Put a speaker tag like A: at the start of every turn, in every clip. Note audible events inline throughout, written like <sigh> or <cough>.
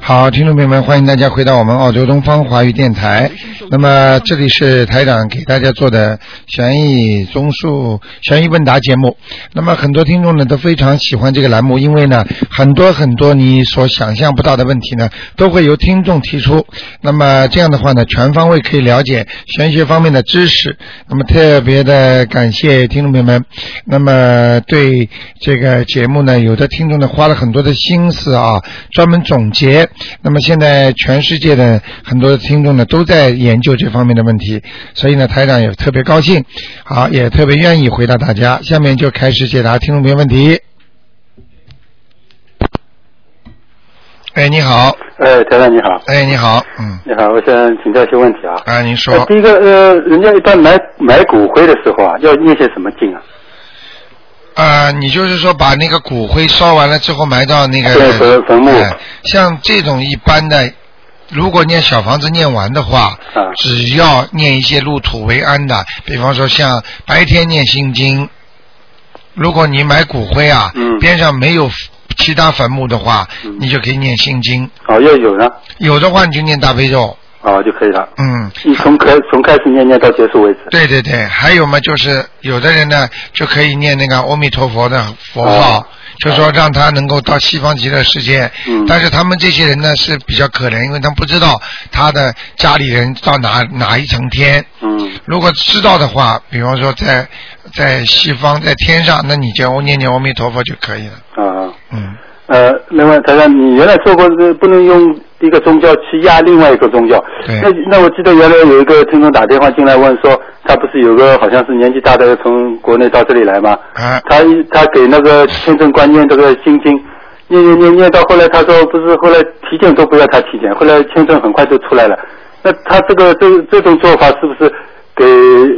A: 好，听众朋友们，欢迎大家回到我们澳洲东方华语电台。那么这里是台长给大家做的悬疑综述、悬疑问答节目。那么很多听众呢都非常喜欢这个栏目，因为呢很多很多你所想象不到的问题呢都会由听众提出。那么这样的话呢，全方位可以了解玄学方面的知识。那么特别的感谢听众朋友们。那么对这个节目呢，有的听众呢花了很多的心思啊，专门总结。那么现在全世界的很多听众呢都在研究这方面的问题，所以呢台长也特别高兴，好也特别愿意回答大家。下面就开始解答听众朋友问题。哎，你好，
B: 哎，台长你好，
A: 哎，你好，嗯，
B: 你好，我想请教一些问题啊。
A: 啊，您
B: 呃
A: 说
B: 第一个，呃，人家一般买买骨灰的时候啊，要念些什么经啊？
A: 啊、你就是说把那个骨灰烧完了之后埋到那个
B: 对坟坟墓
A: 哎像这种一般的，如果念小房子念完的话，
B: 啊
A: 只要念一些入土为安的，比方说像白天念心经，如果你买骨灰啊，
B: 嗯
A: 边上没有其他坟墓的话，
B: 嗯
A: 你就可以念心经，
B: 哦，要有呢，
A: 有的话你就念大悲咒，
B: 哦就可以了。
A: 嗯，
B: 你从开从开始念念到结束为止。
A: 对对对，还有嘛，就是有的人呢就可以念那个阿弥陀佛的佛号，
B: 哦
A: 就说让他能够到西方极乐世界。
B: 嗯
A: 但是他们这些人呢是比较可怜，因为他们不知道他的家里人到哪哪一层天。
B: 嗯，
A: 如果知道的话，比方说在在西方在天上，那你就念念阿弥陀佛就可以了。
B: 啊，
A: 嗯，
B: 呃，另外，台长，你原来说过呃不能用一个宗教去压另外一个宗教。
A: 对
B: 那那我记得原来有一个听众打电话进来问说，他不是有个好像是年纪大的从国内到这里来吗？
A: 啊，
B: 他一他给那个签证官念这个心经，念念念念到后来，他说不是后来体检都不要他体检，后来签证很快就出来了。那他这个这这种做法是不是给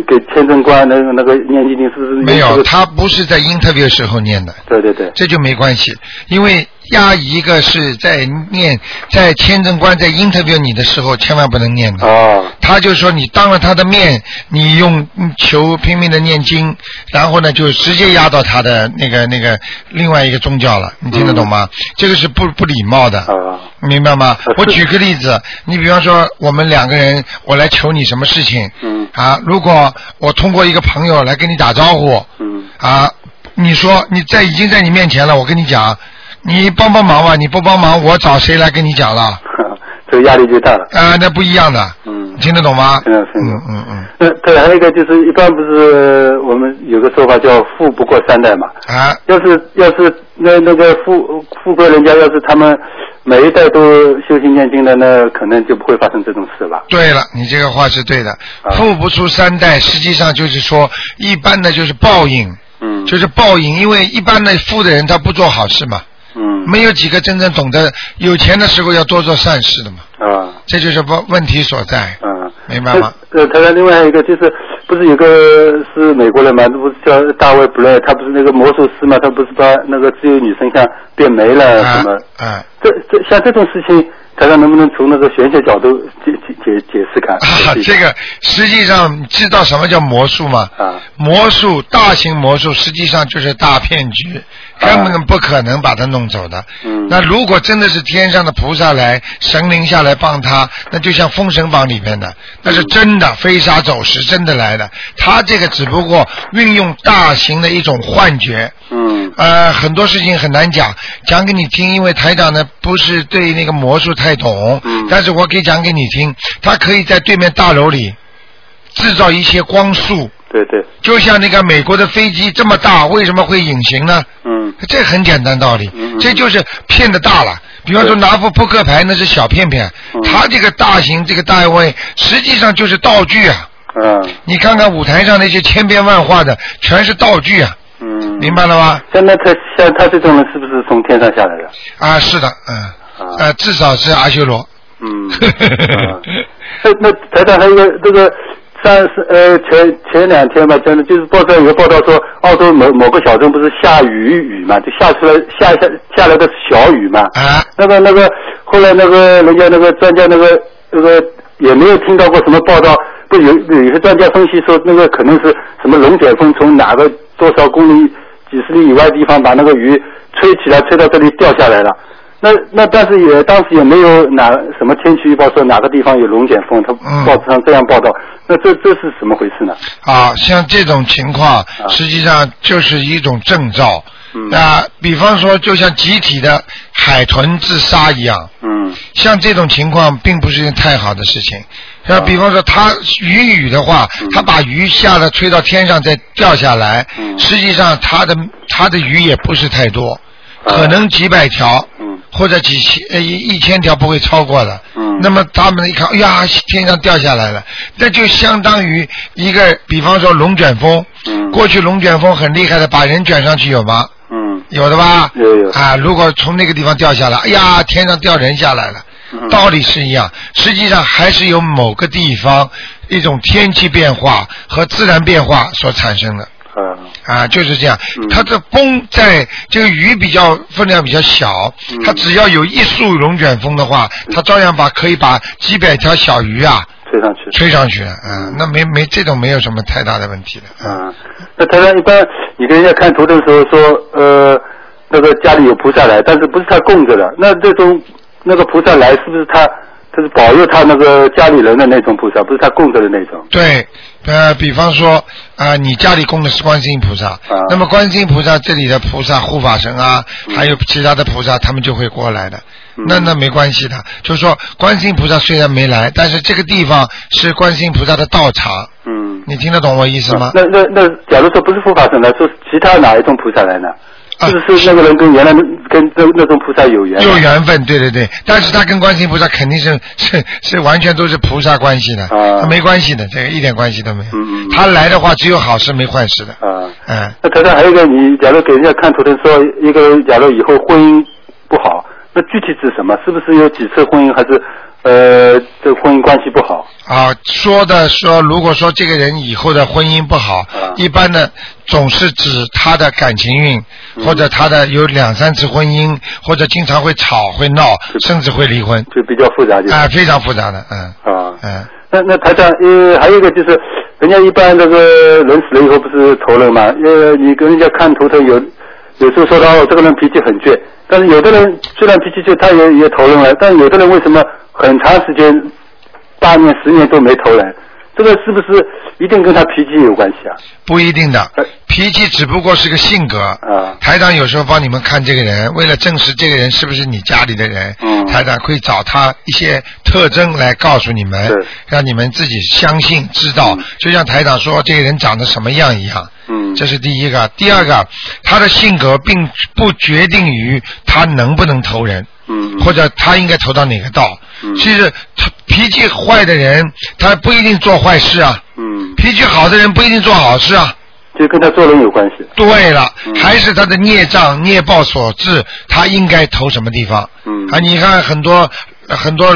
B: 给签证官那个那个念经经是不是
A: 没
B: 这
A: 有，
B: 个
A: 他不是在 interview 时候念的。
B: 对对对，
A: 这就没关系，因为压一个是在念，在签证官在 interview 你的时候，千万不能念的。
B: 哦
A: 他就说你当了他的面，你用嗯求拼命的念经，然后呢就直接压到他的那个那个另外一个宗教了，你听得懂吗？这个是不不礼貌的。
B: 哦
A: 明白吗
B: 嗯呃？
A: 我
B: 是
A: 举个例子，你比方说我们两个人，我来求你什么事情，
B: 嗯
A: 啊，如果我通过一个朋友来跟你打招呼，
B: 嗯
A: 啊，你说你在已经在你面前了，我跟你讲，你帮帮忙吧，你不帮忙，我找谁来跟你讲了？啊、
B: 呵呵 <laughs> 这个压力就大了。
A: 那不一样的，
B: 嗯，
A: 听得懂吗？
B: 听得懂
A: 嗯嗯嗯，
B: 那对，还有一个就是一般不是我们有个说法叫富不过三代嘛。
A: 啊，
B: 要是要是那那个富富贵人家，要是他们每一代都修行念经的，那可能就不会发生这种事吧。
A: 对了，你这个话是对的
B: 啊，
A: 富不出三代，实际上就是说，一般的就是报应，
B: 嗯，
A: 就是报应，因为一般的富的人他不做好事嘛，
B: 嗯
A: 没有几个真正懂得有钱的时候要多做善事的嘛，
B: 啊
A: 这就是问问题所在，
B: 嗯，
A: 明白吗？
B: 呃，呃台湾另外还有一个就是，不是有个是美国人嘛？那不是叫大卫布莱，他不是那个魔术师嘛？他不是把那个自由女神像变没了
A: 啊
B: 什么？
A: 啊。
B: 这这像这种事情，台湾能不能从那个玄学角度解解解解释看？
A: 啊，
B: 解释
A: 这
B: 一下
A: 个实际上你知道什么叫魔术吗？
B: 啊
A: 魔术，大型魔术实际上就是大骗局，根本不可能把他弄走的。
B: 啊嗯
A: 那如果真的是天上的菩萨来、神灵下来帮他，那就像《封神榜》里面的，那是真的飞沙走石，真的来的。他这个只不过运用大型的一种幻觉。
B: 嗯
A: 呃，很多事情很难讲，讲给你听，因为台长呢不是对那个魔术太懂，
B: 嗯
A: 但是我可以讲给你听，他可以在对面大楼里制造一些光束，
B: 对对
A: 就像那个美国的飞机这么大，为什么会隐形呢？
B: 嗯
A: 这很简单道理，
B: 嗯嗯
A: 这就是骗的大了。比方说
B: 对
A: 拿副扑克牌，那是小骗骗，
B: 嗯
A: 他这个大型这个大位，实际上就是道具啊。
B: 嗯
A: 你看看舞台上那些千变万化的，全是道具啊，
B: 嗯，
A: 明白了吗？
B: 像那他像他这种人是不是从天上下来的？
A: 啊，是的，嗯，
B: 啊
A: 呃，至少是阿修罗。 <laughs>
B: <laughs> 嗯，啊那那台长还有一个这个，但是呃前前两天吧，真的就是报道有个报道说，澳洲某某个小镇不是下雨雨嘛，就下出来下下下来个小雨嘛。
A: 啊，
B: 那个那个后来那个人家那个专家那个那个也没有听到过什么报道，不有有些专家分析说那个可能是什么龙卷风从哪个多少公里几十里以外的地方把那个鱼吹起来，吹到这里掉下来了。那那但是也当时也没有哪什么天气预报说哪个地方有龙卷风，他
A: 嗯
B: 报纸上这样报道，那这这是怎么回事呢？
A: 啊，像这种情况，实际上就是一种征兆。
B: 啊嗯
A: 那比方说，就像集体的海豚自杀一样，
B: 嗯
A: 像这种情况并不是件太好的事情。那
B: 嗯
A: 比方说，它雨雨的话，它把鱼吓得吹到天上再掉下来，
B: 嗯
A: 实际上它的它的鱼也不是太多，
B: 啊
A: 可能几百条
B: 嗯
A: 或者几千呃一一千条不会超过的。
B: 嗯
A: 那么他们一看，哎呀，天上掉下来了，那就相当于一个，比方说龙卷风，
B: 嗯
A: 过去龙卷风很厉害的，把人卷上去有吗？
B: 嗯
A: 有的吧？
B: 有有
A: 啊，如果从那个地方掉下来，哎呀，天上掉人下来了。
B: 嗯
A: 道理是一样，实际上还是由某个地方一种天气变化和自然变化所产生的
B: 啊
A: 啊，就是这样
B: 嗯。
A: 它的风在这个雨比较分量比较小
B: 嗯，
A: 它只要有一束龙卷风的话，它照样把可以把几百条小鱼啊
B: 吹上去。
A: 吹上去，嗯，那没没这种没有什么太大的问题的，嗯
B: 嗯，那台上一般你跟人家看图腾的时候说，呃，那个家里有菩萨来，但是不是他供着的，那这种那个菩萨来是不是他，就是保佑他那个家里人的那种菩萨，不是他供着的那种？
A: 对，呃，比方说啊、你家里供的是观世音菩萨，
B: 啊
A: 那么观世音菩萨这里的菩萨护法神啊，
B: 嗯
A: 还有其他的菩萨，他们就会过来的。啊那那没关系的，就是说观世音菩萨虽然没来，但是这个地方是观世音菩萨的道场，
B: 嗯，
A: 你听得懂我意思吗？
B: 啊那那那，假如说不是护法神来，说是其他哪一种菩萨来呢？
A: 啊
B: 是不是那个人跟原来那跟那那种菩萨有缘？
A: 有缘分，对对对，但是他跟观世音菩萨肯定是 <laughs> 是是完全都是菩萨关系的，
B: 啊
A: 他没关系的，这个一点关系都没有。
B: 嗯嗯嗯
A: 他来的话，只有好事没坏事的。
B: 啊。
A: 嗯，
B: 那台上还有一个，你假如给人家看图腾说，一个人假如以后婚姻不好，那具体指什么？是不是有几次婚姻，还是呃这婚姻关系不好？
A: 啊，说的说，如果说这个人以后的婚姻不好，
B: 啊
A: 一般呢总是指他的感情运，
B: 嗯
A: 或者他的有两三次婚姻，或者经常会吵会闹，甚至会离婚，
B: 就比较复杂就是、
A: 啊、非常复杂的，嗯
B: 啊。
A: 嗯，
B: 那那台长，呃，还有一个就是，人家一般这个人死了以后不是投人嘛？呃，你跟人家看图腾有，有时候说到哦，这个人脾气很倔，但是有的人虽然脾气倔，他也也投人了，但有的人为什么很长时间，八年十年都没投人？这个是不是一定跟他脾气有关系啊？
A: 不一定的
B: 呃，
A: 脾气只不过是个性格，
B: 啊，
A: 台长有时候帮你们看这个人，为了证实这个人是不是你家里的人，
B: 嗯
A: 台长会找他一些特征来告诉你们
B: 是，
A: 让你们自己相信知道。
B: 嗯
A: 就像台长说这个人长得什么样一样，
B: 嗯，
A: 这是第一个。第二个，他的性格并不决定于他能不能投人，
B: 嗯，
A: 或者他应该投到哪个道。
B: 嗯
A: 其实他脾气坏的人，他不一定做坏事啊；
B: 嗯，
A: 脾气好的人不一定做好事啊。
B: 就跟他做人有关系。
A: 对了，
B: 嗯
A: 还是他的孽障孽报所致，他应该投什么地方？
B: 嗯
A: 啊，你看很多很多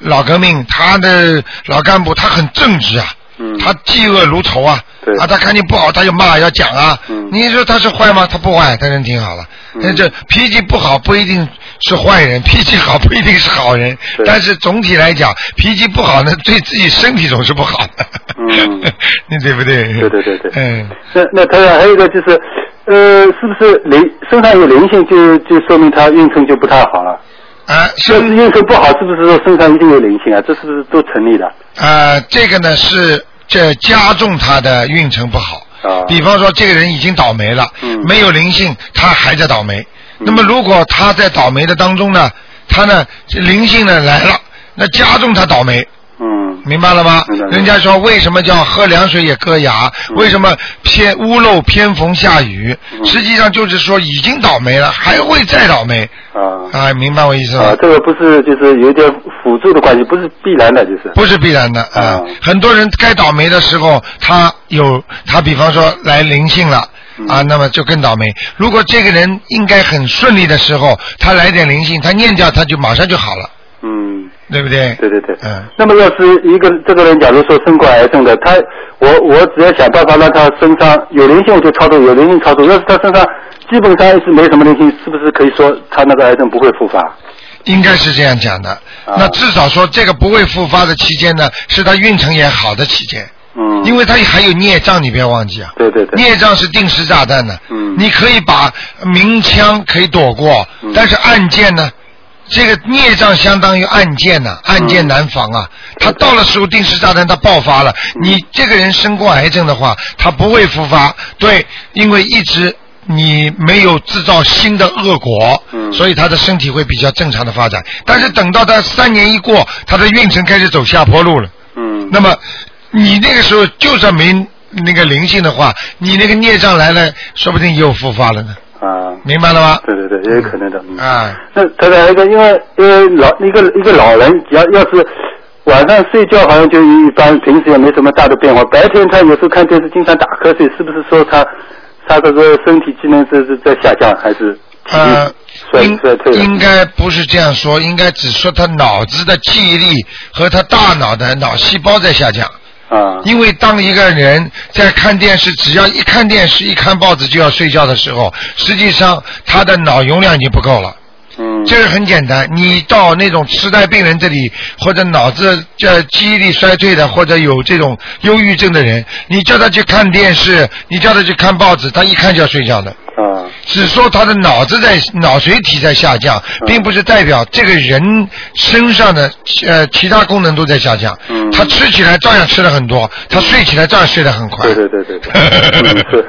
A: 老革命，他的老干部他很正直啊，
B: 嗯，
A: 他嫉恶如仇啊，
B: 对
A: 啊，他看见不好他就骂要讲啊，
B: 嗯
A: 你说他是坏吗？他不坏，他人挺好了。
B: 嗯
A: 那这脾气不好不一定是坏人， <laughs> 脾气好不一定是好人
B: 对，
A: 但是总体来讲，脾气不好呢，对自己身体总是不好的。
B: 嗯
A: 你对不对？
B: 对对对对
A: 嗯。
B: 那那他还有一个就是，呃，是不是灵身上有灵性就就说明他运程就不太好了？
A: 啊，
B: 要
A: 身
B: 是运程不好，是不是说身上一定有灵性啊？这是不是都成立的？
A: 啊，这个呢是这加重他的运程不好。
B: 啊
A: 比方说，这个人已经倒霉了，
B: 嗯
A: 没有灵性，他还在倒霉。
B: 嗯
A: 那么如果他在倒霉的当中呢，他呢灵性呢来了，那加重他倒霉，
B: 嗯
A: 明白了吗
B: 明白？
A: 人家说为什么叫喝凉水也硌牙？
B: 嗯
A: 为什么偏屋漏偏逢下雨？
B: 嗯
A: 实际上就是说已经倒霉了，还会再倒霉。
B: 啊
A: 啊，明白我意思吗？
B: 啊，这个不是就是有点辅助的关系，不是必然的，就是
A: 不是必然的啊、
B: 嗯
A: 很多人该倒霉的时候，他有他，比方说来灵性了。啊，
B: 嗯
A: 那么就更倒霉。如果这个人应该很顺利的时候，他来点灵性，他念掉，他就马上就好了。
B: 嗯
A: 对不对？
B: 对对对。
A: 嗯。
B: 那么要是一个这个人，假如说生过癌症的，他我我只要想办法让他身上有灵性，我就超度，有灵性超度。要是他身上基本上是没什么灵性，是不是可以说他那个癌症不会复发？
A: 应该是这样讲的。
B: 哦
A: 那至少说这个不会复发的期间呢，是他运程也好的期间。
B: 嗯。
A: 因为他还有孽障，你不要忘记啊。
B: 对对对。
A: 孽障是定时炸弹的。
B: 嗯。
A: 你可以把明枪可以躲过，但是暗箭呢？这个孽障相当于暗箭呐、暗箭难防啊！他到了时候定时炸弹，他爆发了。你这个人生过癌症的话，他不会复发，对，因为一直你没有制造新的恶果，所以他的身体会比较正常的发展。但是等到他三年一过，他的运程开始走下坡路了。
B: 嗯。
A: 那么你那个时候就算没那个灵性的话，你那个孽障来了，说不定又复发了呢。
B: 啊。
A: 明白了吗？
B: 对对对，也有可能的。嗯。
A: 啊，
B: 那他的一个，因为因为老一个一个老人，只要要是晚上睡觉好像就一般，平时也没什么大的变化。白天他有时候看电视经常打瞌睡，是不是说他他这个身体机能是是在下降，还是体
A: 呃
B: 力衰
A: 应
B: 衰退了？
A: 应该不是这样说，应该只说他脑子的记忆力和他大脑的脑细胞在下降。
B: 啊
A: 因为当一个人在看电视，只要一看电视、一看报纸就要睡觉的时候，实际上他的脑容量已经不够了。
B: 嗯，
A: 这个很简单，你到那种痴呆病人这里，或者脑子这记忆力衰退的，或者有这种忧郁症的人，你叫他去看电视，你叫他去看报纸，他一看就要睡觉的。
B: 啊
A: 只说他的脑子在脑垂体在下降，并不是代表这个人身上的呃其他功能都在下降。
B: 嗯
A: 他吃起来照样吃的很多，他睡起来照样睡得很快
B: 对。对对对对，嗯是。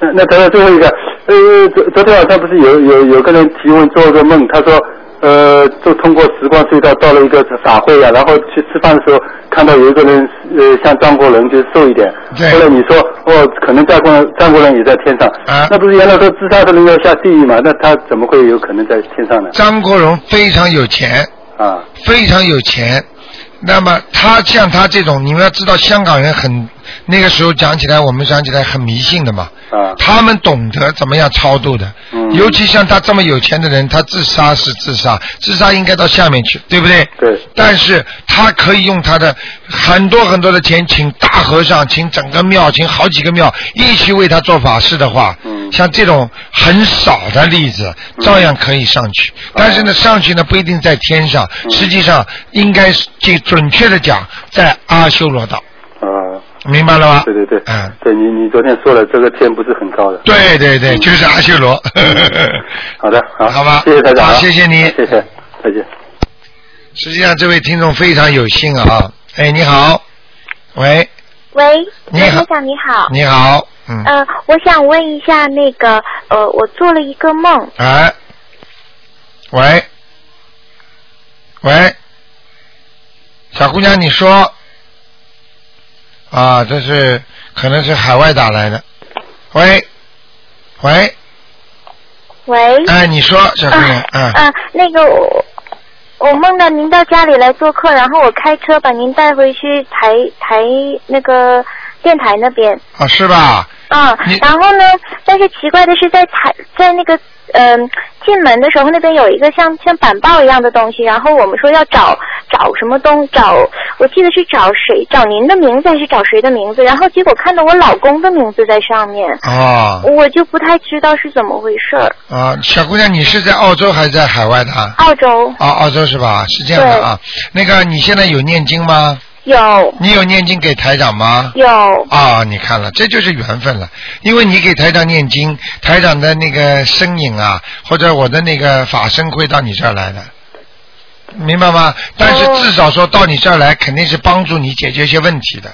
B: 那那等到最后一个，呃，昨昨天晚上不是有有有个人提问做了个梦，他说，呃，就通过时光隧道到了一个法会啊，然后去吃饭的时候看到有一个人，呃，像张国荣就是瘦一点，
A: 对
B: 后来你说哦，可能张国荣张国荣也在天上，
A: 啊
B: 那不是原来说自杀的人要下地狱嘛，那他怎么会有可能在天上呢？
A: 张国荣非常有钱，
B: 啊，
A: 非常有钱。那么他像他这种，你们要知道，香港人很那个时候讲起来，我们讲起来很迷信的嘛。
B: 啊
A: 他们懂得怎么样超度的。
B: 嗯
A: 尤其像他这么有钱的人，他自杀是自杀，自杀应该到下面去，对不对？
B: 对
A: 但是他可以用他的很多很多的钱，请大和尚，请整个庙，请好几个庙一起为他做法事的话，
B: 嗯
A: 像这种很少的例子，照样可以上去。但是呢，上去呢不一定在天上，实际上应该是这准确的讲，在阿修罗道，
B: 啊，
A: 明白了吗？
B: 对对对，
A: 嗯。
B: 对你你昨天说了，这个天不是很高的，
A: 对对对，就是阿修罗。
B: 好的，好，
A: 好吧
B: 谢谢台长啊，
A: 好谢谢你
B: 谢谢，再见。
A: <laughs> 实际上，这位听众非常有幸啊！哎，你好，喂，
C: 喂，
A: 你
C: 刘
A: 好
C: 台长你好。
A: 你好，嗯，
C: 呃，我想问一下那个，呃，我做了一个梦，
A: 哎，喂，喂，小姑娘，你说啊，这是可能是海外打来的，喂，喂，
C: 喂，
A: 哎，你说，小姑娘，
C: 嗯、
A: 嗯，
C: 那个我我梦到您到家里来做客，然后我开车把您带回去台台那个电台那边，
A: 啊，是吧？
C: 嗯
A: 你，
C: 然后呢，但是奇怪的是在台在那个嗯、进门的时候，那边有一个像像板报一样的东西，然后我们说要找找什么东找，我记得是找谁找您的名字还是找谁的名字，然后结果看到我老公的名字在上面，
A: 哦，
C: 我就不太知道是怎么回事儿。
A: 啊，小姑娘，你是在澳洲还是在海外的啊？
C: 澳洲
A: 啊，澳洲是吧？是这样的啊。那个，你现在有念经吗？
C: 有
A: 你有念经给台长吗？
C: 有
A: 啊，你看了，这就是缘分了。因为你给台长念经，台长的那个身影啊，或者我的那个法身会到你这儿来的，明白吗？但是
C: 哦
A: 至少说到你这儿来，肯定是帮助你解决一些问题的。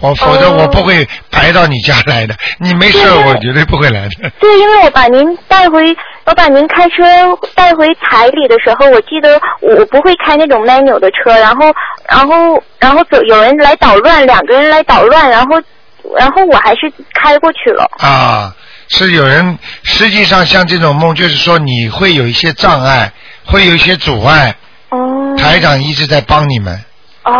A: 我否则
C: 哦
A: 我不会白到你家来的，你没事
C: 对
A: 我绝对不会来的。
C: 对，因为我把您带回，我把您开车带回台里的时候，我记得我我不会开那种 manual 的车，然后然后然后走有人来捣乱，两个人来捣乱，然后然后我还是开过去了。
A: 啊，是有人实际上像这种梦，就是说你会有一些障碍，会有一些阻碍，
C: 哦。
D: 嗯
A: 台长一直在帮你们，
C: 哦。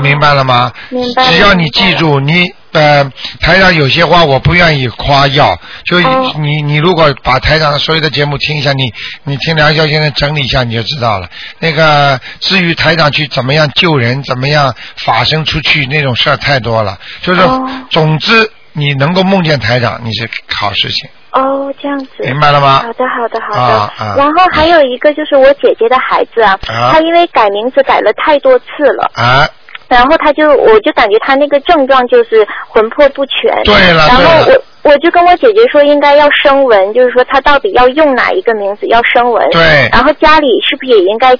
A: 明白了吗？
C: 明白了
A: 只要你记住，你呃，台长有些话我不愿意夸耀，就你、
C: 哦
A: 你你如果把台长所有的节目听一下，你你听梁霄先生整理一下你就知道了。那个至于台长去怎么样救人，怎么样法身出去那种事儿太多了，就是、
C: 哦
A: 总之你能够梦见台长，你是好事情，
C: 哦，这样子。
A: 明白了吗？
C: 好的，好的，好的。
A: 啊啊
C: 然后还有一个就是我姐姐的孩子啊，
A: 啊
C: 他因为改名字改了太多次了，
A: 啊，
C: 然后他就我就感觉他那个症状就是魂魄不全。
A: 对了
C: 然后
A: 对了
C: 我我就跟我姐姐说应该要声纹，就是说他到底要用哪一个名字要声纹。
A: 对
C: 然后家里是不是也应该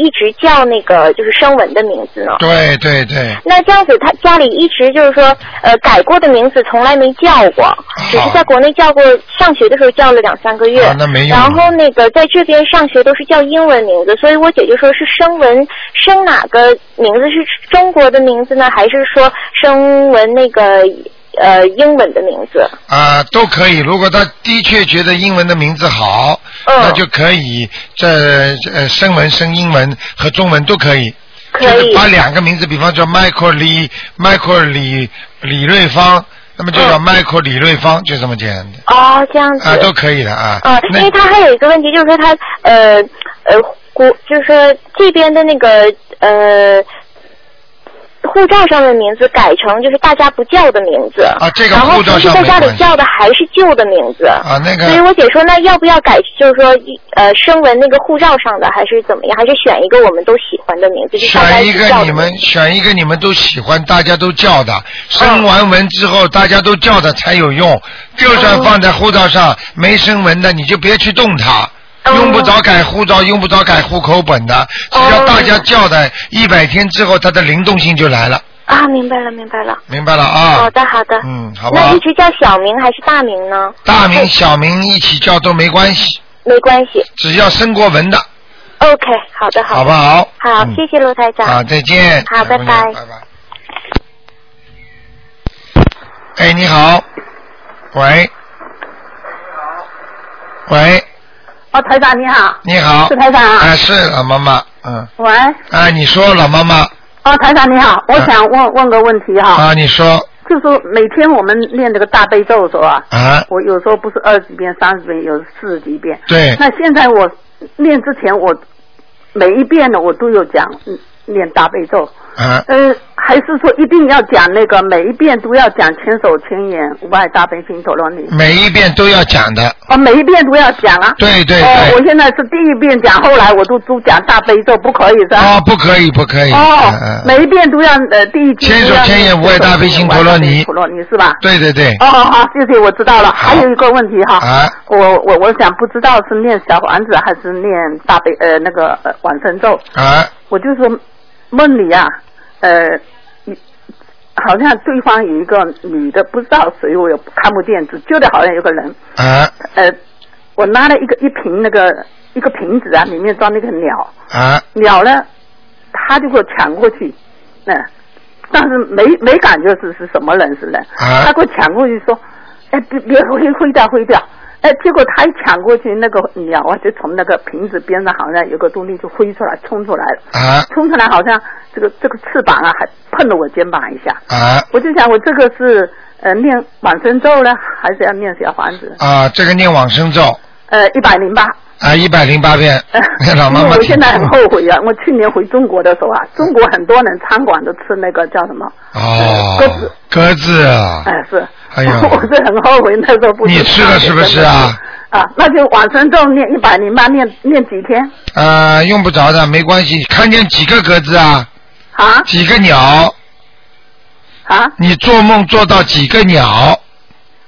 C: 一直叫那个就是声纹的名字呢？
A: 对对对，
C: 那这样子，他家里一直就是说，呃，改过的名字从来没叫过，只是在国内叫过，上学的时候叫了两三个月。
A: 啊那没用
C: 然后那个在这边上学都是叫英文名字，所以我姐就说是声纹生哪个名字是中国的名字呢，还是说声纹那个呃英文的名字？
A: 啊，都可以。如果他的确觉得英文的名字好，
C: 嗯
A: 那就可以这这呃生文、生英文和中文都可以。
C: 可
A: 就
C: 以
A: 是把两个名字，比方说 Michael 李 Michael 李李瑞芳，那么就叫
C: 嗯
A: Michael 李瑞芳，就这么简单的
C: 哦，这样子。
A: 啊，都可以的啊。
C: 呃，因
A: 那
C: 为他还有一个问题，就是说他呃呃国，就是说这边的那个呃护照上的名字改成就是大家不叫的名字
A: 啊这个
C: 然后
A: 护照
C: 平时
A: 上没
C: 在家里
A: 关系
C: 叫的还是旧的名字。
A: 啊那
C: 所以
A: 个
C: 我姐说，那要不要改？就是说，呃，声纹那个护照上的，还是怎么样？还是选一个我们都喜欢的名字，就是大家
A: 选一
C: 直
A: 个
C: 叫
A: 你
C: 的嗯
A: 们
C: 名字
A: 选一个你们都喜欢，大家都叫的。生完文之后，大家都叫的才有用。就算放在护照上没生文的，你就别去动它。
C: 哦
A: 用不着改护照，用不着改户口本的，只要
C: 哦
A: 大家叫的，一百天之后，它的灵动性就来了，
C: 啊，明白了，明白了。
A: 明白了啊？
C: 好的，好的。
A: 嗯，好不
C: 哦那
A: 好
C: 一？直叫小名还是大名呢？
A: 大名小名一起叫都没关系，
C: 没关系。
A: 只要生过文的，
C: OK，好的，好的。
A: 好不好？
C: 好，
A: 嗯
C: 谢谢罗台长。
A: 好，再见。
C: 好拜拜
A: 拜拜。哎，你好，喂，喂，
E: 哦，台长你好，
A: 你好
E: 是，台长啊。
A: 啊，是老妈妈，嗯，
E: 喂，
A: 啊，你说老妈妈，
E: 哦，台长你好，我想问问个问题哈，
A: 啊啊，你说，
E: 就是每天我们念这个大悲咒的时候啊，
A: 啊，
E: 我有时候不是二十遍、三十遍，有时四十几遍。
A: 对，
E: 那现在我念之前，我每一遍呢，我都有讲嗯念大悲咒，
A: 啊，
E: 呃，还是说一定要讲那个每一遍都要讲千手千眼无碍大悲心陀罗尼？
A: 每一遍都要讲的，
E: 哦，每一遍都要讲啊。
A: 对对
E: 哦，我
A: 对，
E: 现在是第一遍讲，后来我都都讲大悲咒，不可以是吧？
A: 哦，不可以，不可以，嗯
E: 哦，
A: 嗯，
E: 每一遍都要呃第一句
A: 千手千眼无碍大悲心陀罗尼
E: 陀罗尼是吧？
A: 对对对，
E: 哦，好好，谢谢，我知道了。还有一个问题哈，
A: 啊，
E: 我我我想不知道是念小丸子还是念大悲呃那个呃往生咒，
A: 啊，
E: 我就说梦里啊，呃，你好像对方有一个女的，不知道谁，我也看不见，只觉得好像有个人，
A: 啊，
E: 呃，我拿了一个一瓶那个一个瓶子啊，里面装那个鸟，
A: 啊，
E: 鸟呢，他就给我抢过去，嗯，但是没没感觉是是什么人似的，
A: 啊
E: 他给我抢过去说，哎，别别挥挥掉挥掉，哎，结果他一抢过去，那个鸟啊就从那个瓶子边上好像有个东西就飞出来冲出来了，
A: 啊，
E: 冲出来好像这个这个翅膀啊还碰了我肩膀一下，
A: 啊。
E: 我就想我这个是呃念往生咒呢，还是要念小房子？
A: 啊，这个念往生咒
E: 呃，一百零八。。
A: 啊，一百零八遍 <laughs> 老妈
E: 呃
A: 妈
E: 因为我
A: 挺
E: 现在很后悔啊！我去年回中国的时候啊，中国很多人餐馆都吃那个叫什么？鸽
A: 哦
E: 子，
A: 鸽子啊
E: 哎、，是。
A: 哎呦
E: <laughs> 我是很后悔那时候不吃。
A: 你吃了是不是啊？
E: 啊，那就往生咒念一百零八，念念几天？
A: 啊，用不着的，没关系。看见几个鸽子啊，
E: 啊
A: 几个鸟，
E: 啊，
A: 你做梦做到几个鸟，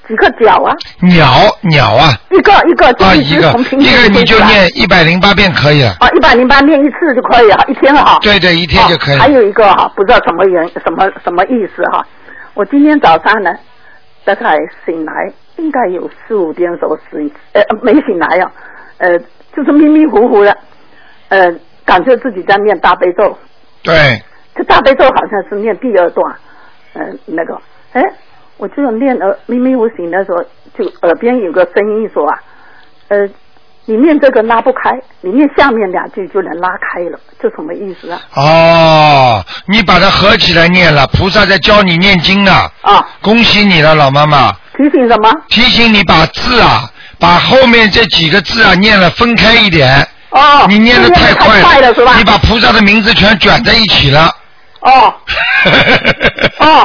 E: 几个脚啊？
A: 鸟鸟啊
E: 一个一个，就
A: 啊
E: 一
A: 一
E: 直
A: 个
E: 从平
A: 一个
E: 行
A: 你就
E: 飞出来。
A: 念一百零八遍可以了。
E: 哦，一百零八念一次就可以啊，一天哈、
A: 对对，一天就可以
E: 哦。还有一个哈、不知道什么原什么什么意思哈、我今天早上呢，大概醒来应该有四五点时候醒，呃，没醒来呀、呃，就是迷迷糊糊的，呃，感觉自己在念大悲咒，
A: 对，
E: 这大悲咒好像是念第二段，嗯、那个，哎，我就念呃迷迷糊醒的时候，就耳边有个声音说啊，呃，你念这个拉不开，你念下面两句就能拉开了，这什么意思啊？
A: 哦，你把它合起来念了，菩萨在教你念经呢。
E: 啊，
A: 恭喜你了，老妈妈，
E: 提醒什么？
A: 提醒你把字啊，把后面这几个字啊念了分开一点。
E: 哦，
A: 你念的
E: 今
A: 太
E: 天
A: 快
E: 太快了是吧
A: 你？把菩萨的名字全卷在一起了。，
E: 哦哦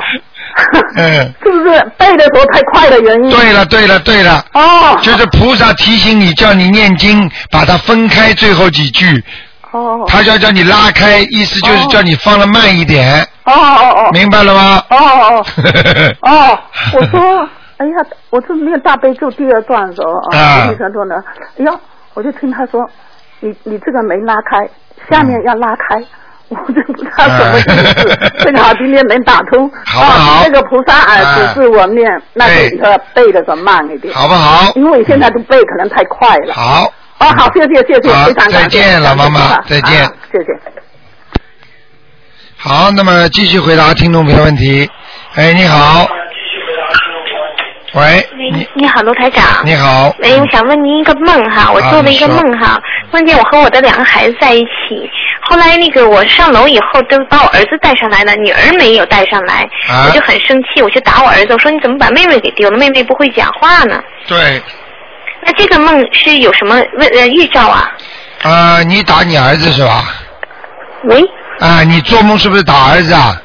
A: 嗯，
E: <laughs> 是不是背的时候太快的原因？
A: 对了，对了，对了。
E: 哦，
A: 就是菩萨提醒你，叫你念经，把它分开最后几句，
E: 哦
A: 他要叫你拉开，意思就是叫你放的慢一点，
E: 哦哦
A: 明白了吗？
E: 哦哦
A: <laughs>
E: 哦哦，我说，哎呀，我这念大悲咒第二段的时候
A: 啊
E: 啊，第三段呢，哎呀，我就听他说，你你这个没拉开，下面要拉
A: <laughs>
E: 开。我就不知道什么意思
A: 啊，
E: 正好今天能打通。
A: 好不好
E: 啊那个菩萨
A: 啊
E: 啊，指示我念，那
A: 对
E: 你要背的就慢一点，
A: 好不好？
E: 因为现在都背可能太快了。
A: 好。
E: 哦，好，谢谢谢谢，
A: 好
E: 非常感谢。
A: 再见老妈妈
E: 啊
A: 再见
E: 谢谢。
A: 好，那么继续回答听众朋友问题。哎，你好。喂，
C: 喂
A: 你，
C: 你好，罗台长。
A: 你好。
C: 喂，我想问您一个梦哈，我
A: 啊
C: 做了一个
A: 你说
C: 梦哈，梦见我和我的两个孩子在一起，后来那个我上楼以后都把我儿子带上来了，女儿没有带上来，
A: 啊
C: 我就很生气，我就打我儿子，我说你怎么把妹妹给丢了？妹妹不会讲话呢。
A: 对，
C: 那这个梦是有什么问呃预兆啊？
A: 啊、你打你儿子是吧？
C: 喂，
A: 啊、你做梦是不是打儿子啊？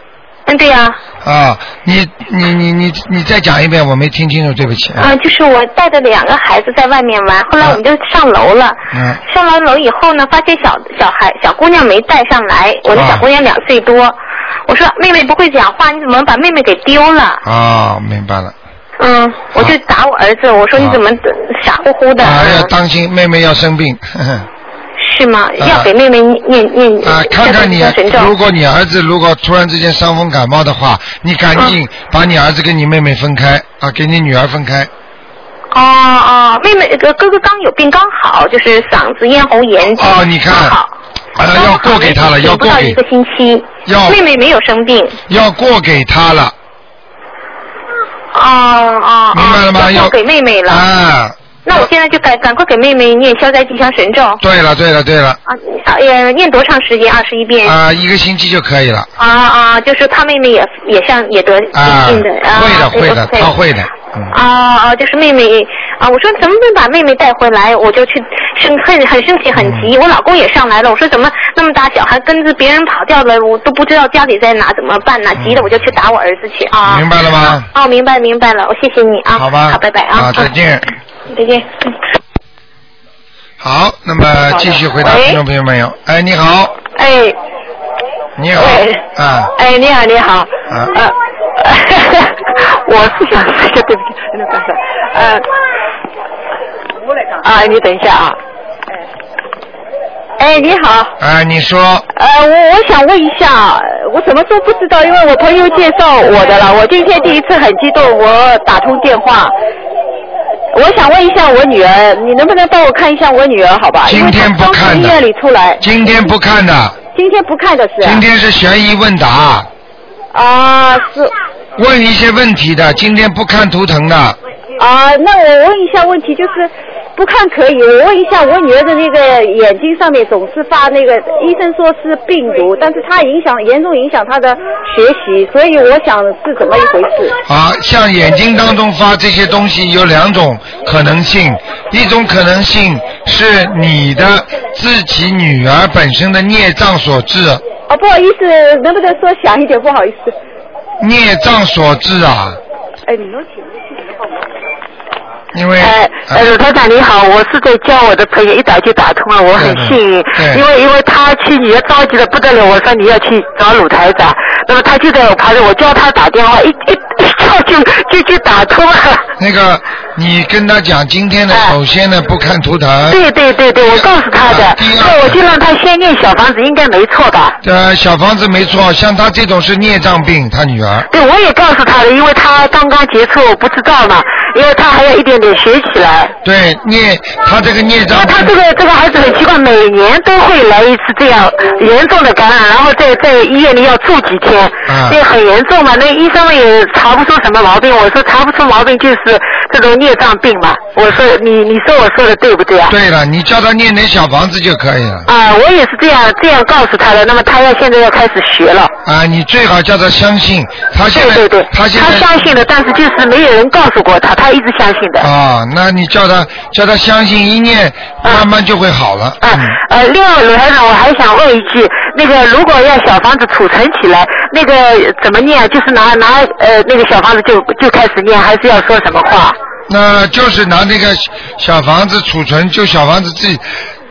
C: 嗯，对呀、
A: 啊，你你你你你再讲一遍，我没听清楚，对不起。
C: 啊，就是我带着两个孩子在外面玩，
A: 啊
C: 后来我们就上楼了。
A: 嗯
C: 上完楼以后呢，发现小小孩小姑娘没带上来，我的
A: 啊
C: 小姑娘两岁多。我说妹妹不会讲话，你怎么把妹妹给丢了？
A: 啊、明白了。
C: 嗯，我就打我儿子，我说
A: 啊
C: 你怎么傻乎乎的？
A: 啊，要当心妹妹要生病。 <laughs> 呵呵
C: 是吗？
A: 啊
C: 要给妹妹念念念
A: 啊，看看你
C: 念神，
A: 如
C: 咒。
A: 果你儿子如果突然之间伤风感冒的话，你赶
C: 啊
A: 紧把你儿子跟你妹妹分开啊，给你女儿分开。啊
C: 哦哦，妹妹哥哥哥刚有病刚好，就是嗓子咽喉炎。
A: 哦你看
C: 刚好。
A: 啊，要过给他了，要
C: 顶不
A: 过
C: 到一
A: 给
C: 个星期。
A: 要
C: 妹妹没有生病。
A: 要过给他了，
C: 哦哦，哦
A: 明白了吗？要
C: 我给妹妹了。
A: 啊，
C: 那我现在就赶赶快给妹妹念消灾吉祥神咒啊，
A: 对了，对了，对了，
C: 呃，念多长时间？二十一遍。
A: 啊，一个星期就可以了。
C: 啊啊，就是怕妹妹也也像也得
A: 啊
C: 病的啊，
A: 会的
C: 对
A: 会的
C: OK
A: 她会的嗯
C: 啊啊，就是妹妹啊，我说怎么能把妹妹带回来？我就去生很很生气很急，我老公也上来了，我说怎么那么大小孩跟着别人跑掉了，我都不知道家里在哪，怎么办呢？急的我就去打我儿子去啊。
A: 嗯明白了吗？
C: 哦，明白明白了，我谢谢你啊。
A: 好吧，
C: 好，拜拜啊。
A: 啊，再见。
C: 嗯，再见。嗯
A: 好，那么继续回答
F: 喂
A: 听众朋友们有。哎，你好，
F: 哎，
A: 你好
F: 喂，
A: 啊，
F: 哎，你好，你好，
A: 啊
C: <laughs>
F: 呃，我是想说一个对不起，那个是，呃，
C: 呃
F: 啊，你等一下啊，哎，你好，
A: 啊，你说，
F: 呃，我我想问一下，我怎么说不知道，因为我朋友介绍我的了，我今天第一次很激动，我打通电话。我想问一下我女儿，你能不能帮我看一下我女儿，好吧？
A: 今天不看的
F: 因为她刚从医院里出来，
A: 今天不看的，
F: 今天不看的是、啊。
A: 今天是悬疑问答，
F: 啊，是
A: 问一些问题的，今天不看图腾的。
F: 啊，那我问一下问题，就是不看可以，我问一下我女儿的那个眼睛上面总是发那个，医生说是病毒，但是它影响严重影响她的学习，所以我想是怎么一回事？
A: 啊，像眼睛当中发这些东西有两种可能性，一种可能性是你的自己女儿本身的孽障所致，
F: 啊，不好意思，能不能说响一点？不好意思，
A: 孽障所致啊，
F: 哎，你能请。
A: 因为、啊
G: 哎，呃，鲁台长你好，我是在教我的朋友，一早就打通了，我很幸运
A: 对对，
G: 因为因为他去女儿着急的不得了，我说你要去找鲁台长，那么他就在我旁边，我叫他打电话，一一一叫就
A: 啊
G: 就就打通了。
A: 那个你跟他讲今天的，
G: 哎
A: 首先呢不看图腾，
G: 对对对对，我告诉他
A: 啊
G: 的，
A: 第二
G: 那我就让他先念小房子，应该没错吧？
A: 呃，小房子没错，像他这种是孽障病，他女儿。
G: 对，我也告诉他了，因为他刚刚接触，我不知道嘛，因为他还要一点点学起来。
A: 对孽，他这个孽障
G: 那他这
A: 病，
G: 个这个孩子很奇怪，每年都会来一次这样严重的感染，然后在在医院里要住几天，
A: 嗯
G: 那、很严重嘛。那医生们也查不出什么毛病，我说查不出毛病就是
H: 这种孽障病嘛。我说你你说我说的对不对啊？
A: 对了，你叫他念点小房子就可以了。
H: 啊，我也是这样这样告诉他的，那么他要现在要开始学了。
A: 啊，你最好叫他相信，他现
H: 对
A: 在
H: 对对，
A: 他现在
H: 相信的，但是就是没有人告诉过他，他一直相信的。
A: 啊，那你叫他叫他相信一念，
H: 嗯
A: 慢慢就会好了。
H: 啊
A: 嗯，
H: 呃，另外鲁台长，我还想问一句，那个如果要小房子储存起来，那个怎么念？啊就是拿拿呃那个小房子就就开始念，还是要说什么话？
A: 那就是拿那个小房子储存，就小房子自己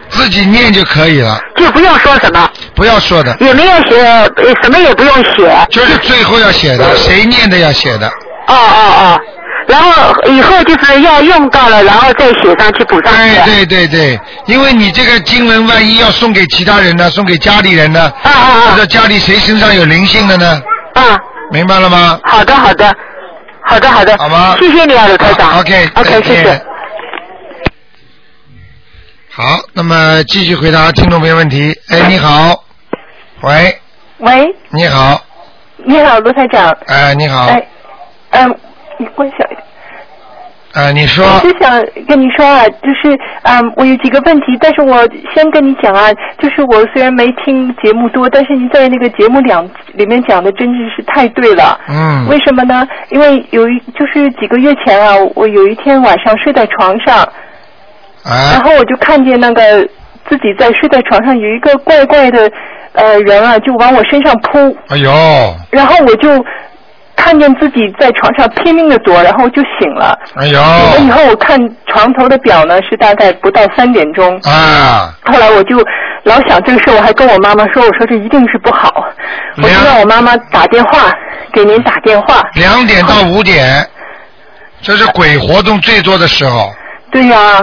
A: 自己念就可以了，
H: 就不用说什么，
A: 不要说的，
H: 也没有写，呃什么也不用写。
A: 就是最后要写的，谁念的要写的。
H: 哦哦哦，然后以后就是要用到了，然后再写上去补上去。
A: 对对对对，因为你这个经文万一要送给其他人呢，送给家里人呢，
H: 啊啊
A: 或
H: 啊
A: 者家里谁身上有灵性的呢？
H: 啊！
A: 明白了吗？
H: 好的好的，好的好的。
A: 好吗
H: 谢谢你啊，鲁台长。
A: 好，OK，再
H: OK，谢谢
A: 见。好，那么继续回答听众朋友问题。哎，你好，喂，
I: 喂，
A: 你好，
I: 你好，卢台长。
A: 哎，你好，
I: 哎，嗯、你关小一点。
A: 哎，你说，
I: 我就想跟你说啊，就是嗯，我有几个问题，但是我先跟你讲啊，就是我虽然没听节目多，但是你在那个节目两里面讲的真的是太对了。
A: 嗯，
I: 为什么呢？因为有一就是几个月前啊，我有一天晚上睡在床上，
A: 哎
I: 然，后我就看见那个自己在睡在床上有一个怪怪的呃人啊，就往我身上扑，
A: 哎呦，
I: 然后我就看见自己在床上拼命的躲，然后就醒了。
A: 哎呦，
I: 醒了以后，我看床头的表呢是大概不到三点钟。
A: 啊，
I: 后来我就老想这个事，我还跟我妈妈说，我说这一定是不好，我
A: 没
I: 就
A: 啊
I: 让我妈妈打电话给您打电话。
A: 两点到五点，这是鬼活动最多的时候。
I: 对呀、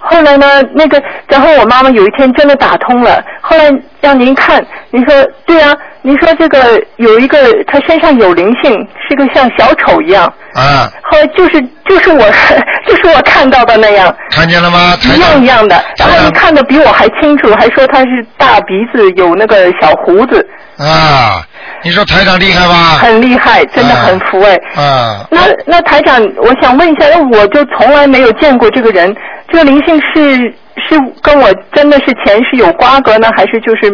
I: 后来呢，那个，然后我妈妈有一天真的打通了，后来让您看，您说对呀、您说这个有一个他身上有灵性，是个像小丑一样，
A: 啊，
I: 后来就是就是我 <laughs> 就是我看到的那样，
A: 看见了吗？啊台
I: 一样
A: 长
I: 一样的。然
A: 台
I: 后
A: 长
I: 你看的比我还清楚，还说他是大鼻子，有那个小胡子，
A: 啊，你说台长厉害吧？
I: 很厉害，真的
A: 啊
I: 很服哎。
G: <laughs>
A: 啊，
I: 那那台长，我想问一下，因为我就从来没有见过这个人，这个灵性是是跟我真的是前世有瓜葛呢，还是就是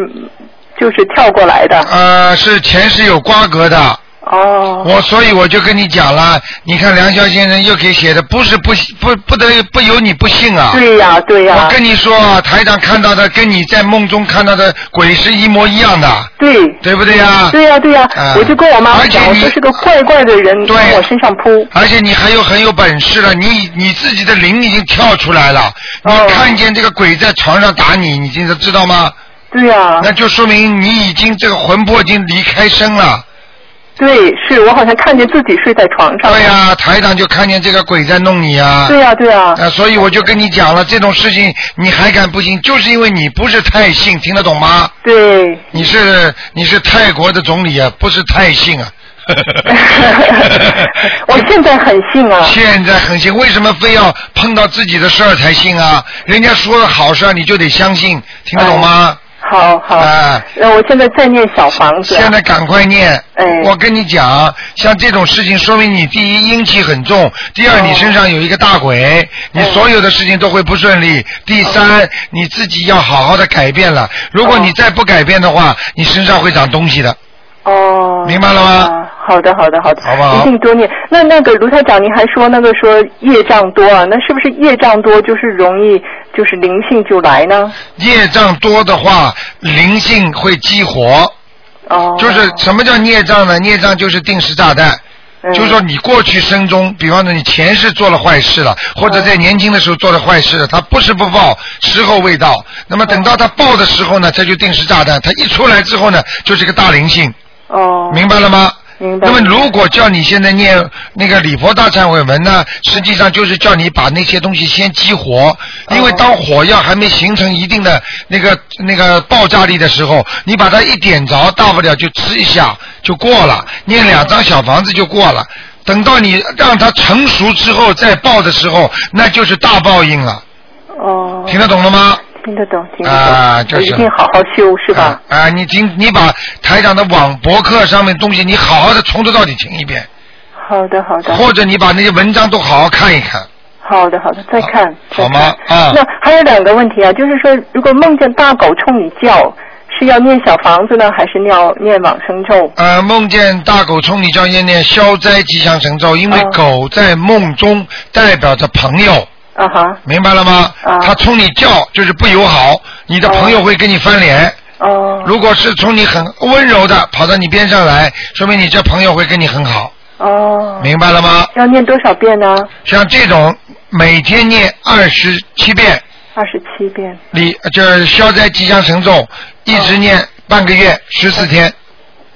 I: 就是跳过来的？
A: 呃，是前世有瓜葛的，
I: 哦，
A: 我所以我就跟你讲了，你看梁霄先生又给写的，不是不不不得不由你不信啊。
I: 对呀、对呀、
A: 我跟你说啊，台长看到的跟你在梦中看到的鬼是一模一样的，
I: 对。
A: 对不对呀？
I: 对呀、对呀、
A: 啊
I: 我就跟我妈妈
A: 而且
I: 讲，我
A: 你
I: 说是个怪怪的人
A: 对啊
I: 往我身上扑。
A: 而且你还有很有本事了，你你自己的灵已经跳出来了，你
I: 哦
A: 看见这个鬼在床上打你，你知知道吗？
I: 对呀、
A: 那就说明你已经这个魂魄已经离开身了。
I: 对，是我好像看见自己睡在床上。
A: 对呀、啊台长就看见这个鬼在弄你啊。
I: 对呀、对呀、
A: 啊，所以我就跟你讲了，这种事情你还敢不信，就是因为你不是太信，听得懂吗？
I: 对。
A: 你是你是泰国的总理啊，不是太信啊。
I: 我现在很信啊。
A: 现在很信，为什么非要碰到自己的事儿才信啊？人家说了好事儿，你就得相信，听得懂
I: 哎
A: 吗？
I: 好好。
A: 哎
I: 那我现在在念小房子
A: <laughs>
I: 啊。
A: 现在赶快念。
I: 哎
A: 我跟你讲，像这种事情，说明你第一阴气很重，第二
I: 哦
A: 你身上有一个大鬼，你所有的事情都会不顺利。第三，你自己要好好的改变了。如果
I: 哦
A: 你再不改变的话，你身上会长东西的。
I: 哦，
A: 明白了吗
J: 嗯
I: 啊好的，好的，好的，
A: 好不好
I: 一定多念。那那个卢台长，您还说那个说业障多啊，那是不是业障多就是容易就是灵性就来呢？
A: 业障多的话，灵性会激活。
I: 哦，
A: 就是什么叫孽障呢？孽障就是定时炸弹。
I: 嗯
A: 就是说，你过去生中，比方说你前世做了坏事了，
I: 嗯
A: 或者在年轻的时候做了坏事了，他不是不报，时候未到。那么等到他报的时候呢，他就定时炸弹。他一出来之后呢，就是个大灵性，
I: 哦，
A: 明白了吗？
I: 明白。
A: 那么如果叫你现在念那个礼佛大忏悔文呢，实际上就是叫你把那些东西先激
I: 哦
A: 活，因为当火药还没形成一定的那个那个爆炸力的时候，你把它一点着，大不了就吃一下就过了，念两张小房子就过了。等到你让它成熟之后再爆的时候，那就是大报应了，
I: 哦，
A: 听得懂了吗？
I: 听得懂，听得懂
A: 啊
I: 我
A: 就是
I: 一定好好修，是吧？
A: 啊？啊，你听，你把台长的网博客上面东西，你好好的从头到底听一遍。
I: 好的，好的。
A: 或者你把那些文章都好好看一看，
I: 好的，好的，再看。
A: 好吗？啊、
I: 那还有两个问题啊，就是说，如果梦见大狗冲你叫，是要念小房子呢，还是要念往生咒？
A: 呃，梦见大狗冲你叫念念消灾吉祥神咒，因为
I: 哦
A: 狗在梦中代表着朋友，
I: 啊哈，
A: 明白了吗？
I: 啊
A: 它冲你叫就是不友好，你的朋友会跟你翻脸。
I: 哦
A: 如果是从你很温柔的跑到你边上来，说明你这朋友会跟你很好，
I: 哦，
A: 明白了吗？
I: 要念多少遍呢？
A: 像这种每天念二十七遍，
I: 二十七遍，
A: 你就是消灾吉祥神咒，一直念半个月十四天，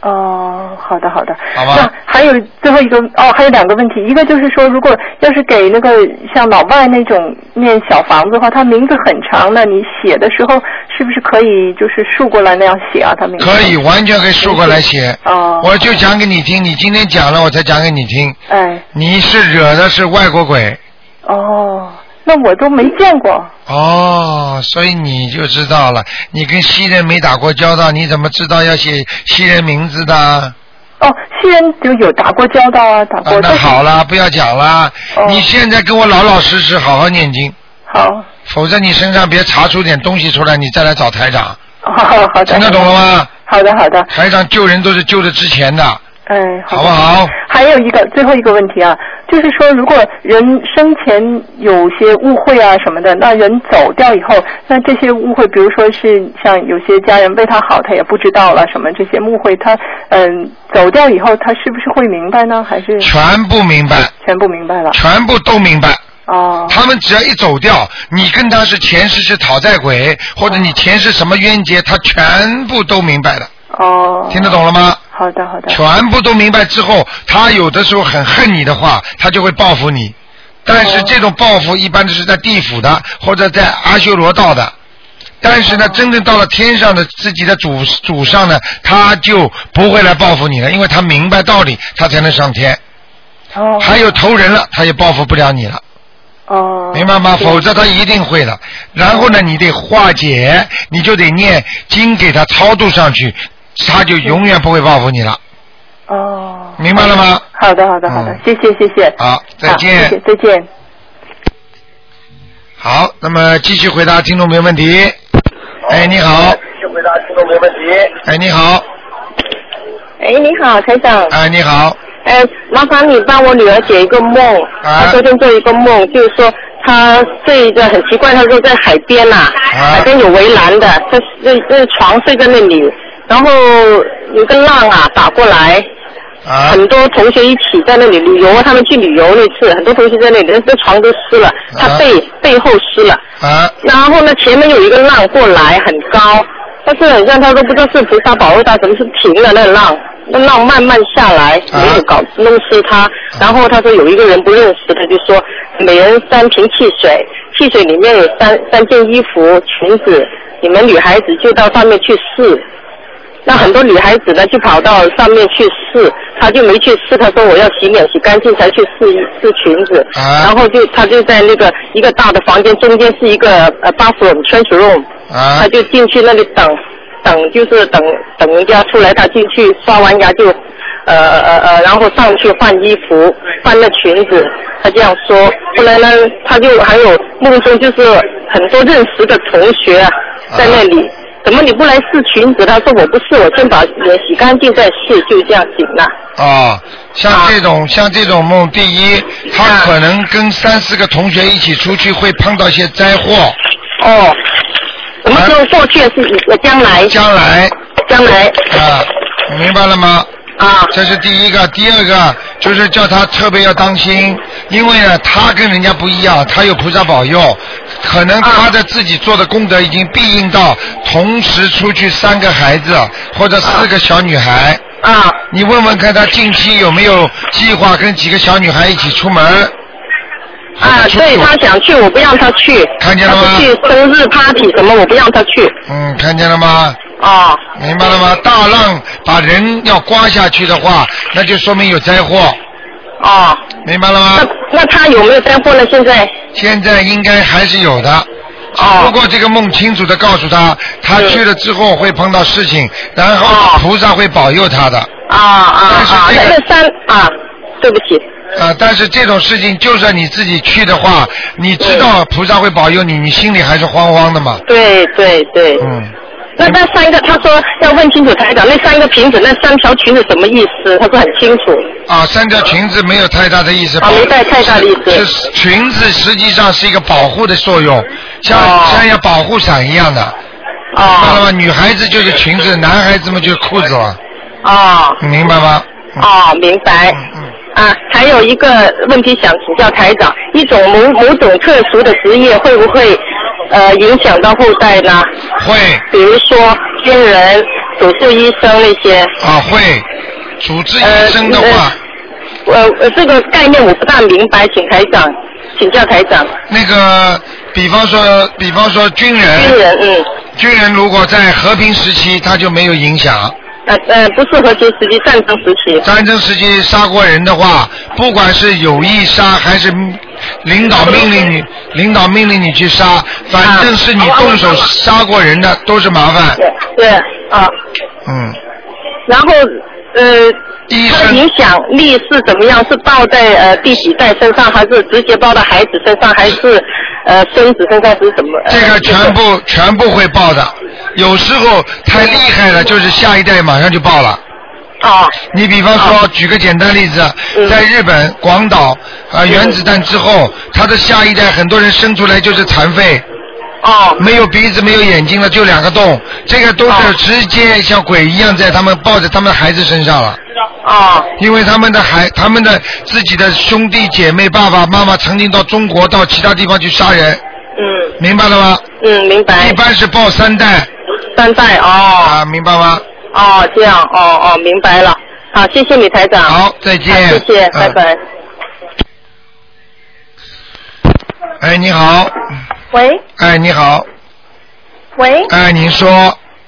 I: 哦，好的好的，
A: 好吧
I: 那还有最后一个哦，还有两个问题，一个就是说，如果要是给那个像老外那种念小房子的话，他名字很长的，你写的时候是不是可以就是竖过来那样写啊？他名字
A: 可以完全可以竖过来写。
I: 哦，
A: 我就讲给你听，你今天讲了，我才讲给你听。
I: 哎
A: 你是惹的是外国鬼
I: 哦，那我都没见过
A: 哦，所以你就知道了。你跟西人没打过交道，你怎么知道要写西人名字的？
I: 哦，西人就有打过交道啊，打
A: 啊
I: 过，，
A: 那
I: 但是
A: 好了，不要讲了。
I: 哦
A: 你现在跟我老老实实好好念经，
I: 好，
A: 否则你身上别查出点东西出来，你再来找台长。
G: 哦
I: 好好的，
A: 听得懂了吗？
I: 好的好的，
A: 台长救人都是救的之前的，
I: 哎，
A: 好
I: 的
A: 不好？
I: 还有一个最后一个问题啊，就是说，如果人生前有些误会啊什么的，那人走掉以后，那这些误会，比如说是像有些家人为他好，他也不知道了什么这些误会，他嗯走掉以后，他是不是会明白呢？还是
A: 全部明白，
I: 全部明白了？
A: 全部都明白。
I: 哦
A: 他们只要一走掉，你跟他是前世是讨债鬼，或者
I: 哦
A: 你前世什么冤结，他全部都明白了。
I: 哦，
A: 听得懂了吗？
I: 好的好的，
A: 全部都明白之后，他有的时候很恨你的话，他就会报复你。但
I: 哦
A: 是这种报复一般都是在地府的，或者在阿修罗道的。但是
I: 哦
A: 呢，真正到了天上的自己的祖祖上呢，他就不会来报复你了，因为他明白道理，他才能上天。
I: 哦
A: 还有投人了，他也报复不了你了。
I: 哦，
A: 明白吗？
I: 对
A: 否则他一定会的。然后呢，你得化解，你就得念经给他超度上去，他就永远不会报复你了。
I: 哦，
A: 明白了吗？
I: 好的好的好的
A: 嗯，
I: 谢谢谢谢，
A: 好，再
I: 好谢谢
A: 见。
I: 再见。
A: 好，那么继续回答听众朋友问题。哎，你好。继续回答听众朋友问题。哎，你好，
G: 哎，你好，台长。
A: 哎，你好，
G: 哎，麻烦你帮我女儿解一个梦。
A: 啊
G: 她昨天做一个梦，就是说她睡一个很奇怪，她说在海边呐、
A: 啊
G: 海边有围栏的，她睡那床睡在那里，然后有个浪啊打过来，
A: 啊
G: 很多同学一起在那里旅游，他们去旅游那次，很多同学在那里，但是床都湿了，她背、背后湿了。
A: 啊，
G: 然后呢，前面有一个浪过来，很高，但是很像他都不知道是菩萨保佑他，怎么是停了那个浪，那浪慢慢下来，
A: 啊
G: 没有搞弄湿他。然后他说有一个人不认识的，就说每人三瓶汽水，汽水里面有三三件衣服、裙子，你们女孩子就到上面去试。那很多女孩子呢，就跑到上面去试，她就没去试。她说我要洗脸洗干净才去试一试裙子，
A: 啊
G: 然后就她就在那个一个大的房间，中间是一个呃 bathroom change room，
A: 啊
G: 她
I: 哎
G: 就进去那里等，等就是等等人家出来，她进去刷完牙就呃呃呃，然后上去换衣服，换了裙子，她这样说。后来呢，她就还有梦中就是很多认识的同学啊，在那里。怎么你不来试裙子？他说我不试，我先把脸洗干净再试，就这样行了。
A: 哦，像这种、像这种梦，第一，他可能跟三四个同学一起出去会碰到些灾祸，
G: 哦，什么时候过去的事情？将来，
A: 将来
G: 将来
A: 啊，你明白了吗？
G: 啊
A: 这是第一个，第二个就是叫他特别要当心，因为呢，他跟人家不一样，他有菩萨保佑，可能他的自己做的功德已经庇应到同时出去三个孩子或者四个小女孩，
G: 啊
A: 你问问看他近期有没有计划跟几个小女孩一起出门？
G: 啊！
A: 出
G: 所以
A: 去
G: 他想去，我不让他去。
A: 看见了吗
G: 他不去生日 party 什么，我不让他去。
A: 嗯，看见了吗？
G: 哦
A: 明白了吗？大浪把人要刮下去的话，那就说明有灾祸，
G: 哦，
A: 明白了吗？
G: 那那他有没有灾祸呢？现在？哦
A: 现在应该还是有的。只不过这个梦清楚的告诉他，他去了之后会碰到事情，然后
G: 嗯哦
A: 菩萨会保佑他的。
G: 啊啊
A: 但是
G: 啊！
A: 这
G: 那
A: 个
G: 个三啊
K: 对不起。
A: 啊，但是这种事情，就算你自己去的话，你知
K: 嗯
A: 道菩萨会保佑你，你心里还是慌慌的嘛。
K: 对对对。
A: 嗯。
K: 那那三个，他说要问清楚台长，那三个瓶子，那三条裙子什么意思？他说很清楚。
A: 啊，三条裙子没有太大的意思。
K: 啊没带太大的意思
A: 是是裙子实际上是一个保护的作用，像、
K: 哦
A: 像一个保护伞一样的。
K: 啊。
A: 明白了吗？女孩子就是裙子，男孩子嘛就是裤子了。
K: 啊、
A: 你明白吗？嗯
K: 哦，明白。啊，还有一个问题想请教台长，一种某某种特殊的职业会不会呃影响到后代呢？
A: 会。
K: 比如说军人、主治医生那些。
A: 啊，会。主治医生的话，
K: 呃呃，呃这个概念我不大明白，请台长请教台长。
A: 那个，比方说，比方说军人。
K: 军人，嗯。
A: 军人如果在和平时期，他就没有影响。
K: 呃呃，不是和平时期，战争时期。
A: 战争时期杀过人的话，不管是有意杀还是领导命令你，领导命令你去杀，反正是你动手杀过人的，都是麻烦。
K: 对啊，
A: 嗯，
K: 然后呃，它的影响力是怎么样？是报在呃第几代身上，还是直接报到孩子身上，还是呃孙子身上呃是什么？
A: 这个全部全部会报的。有时候太厉害了，就是下一代马上就报了。
K: 啊。
A: 你比方说，举个简单例子，
K: 嗯
A: 在日本广岛啊、呃原子弹之后，他的下一代很多人生出来就是残废。
K: 哦。
A: 没有鼻子，没有眼睛了，就两个洞，这个都是直接像鬼一样在他们抱在他们孩子身上了。
K: 啊。
A: 因为他们的孩，他们的自己的兄弟姐妹、爸爸妈妈曾经到中国、到其他地方去杀人。
K: 嗯。
A: 明白了吗？
K: 嗯，明白。
A: 一般是报三代。
K: 三代哦。
A: 啊，明白吗？
K: 哦，这样，哦哦，明白了。好，谢谢你台长。
A: 好，再见嗯
K: 谢谢，拜拜。
A: 哎，你好，
L: 喂
A: 哎，你好，
L: 喂，
A: 哎，您说，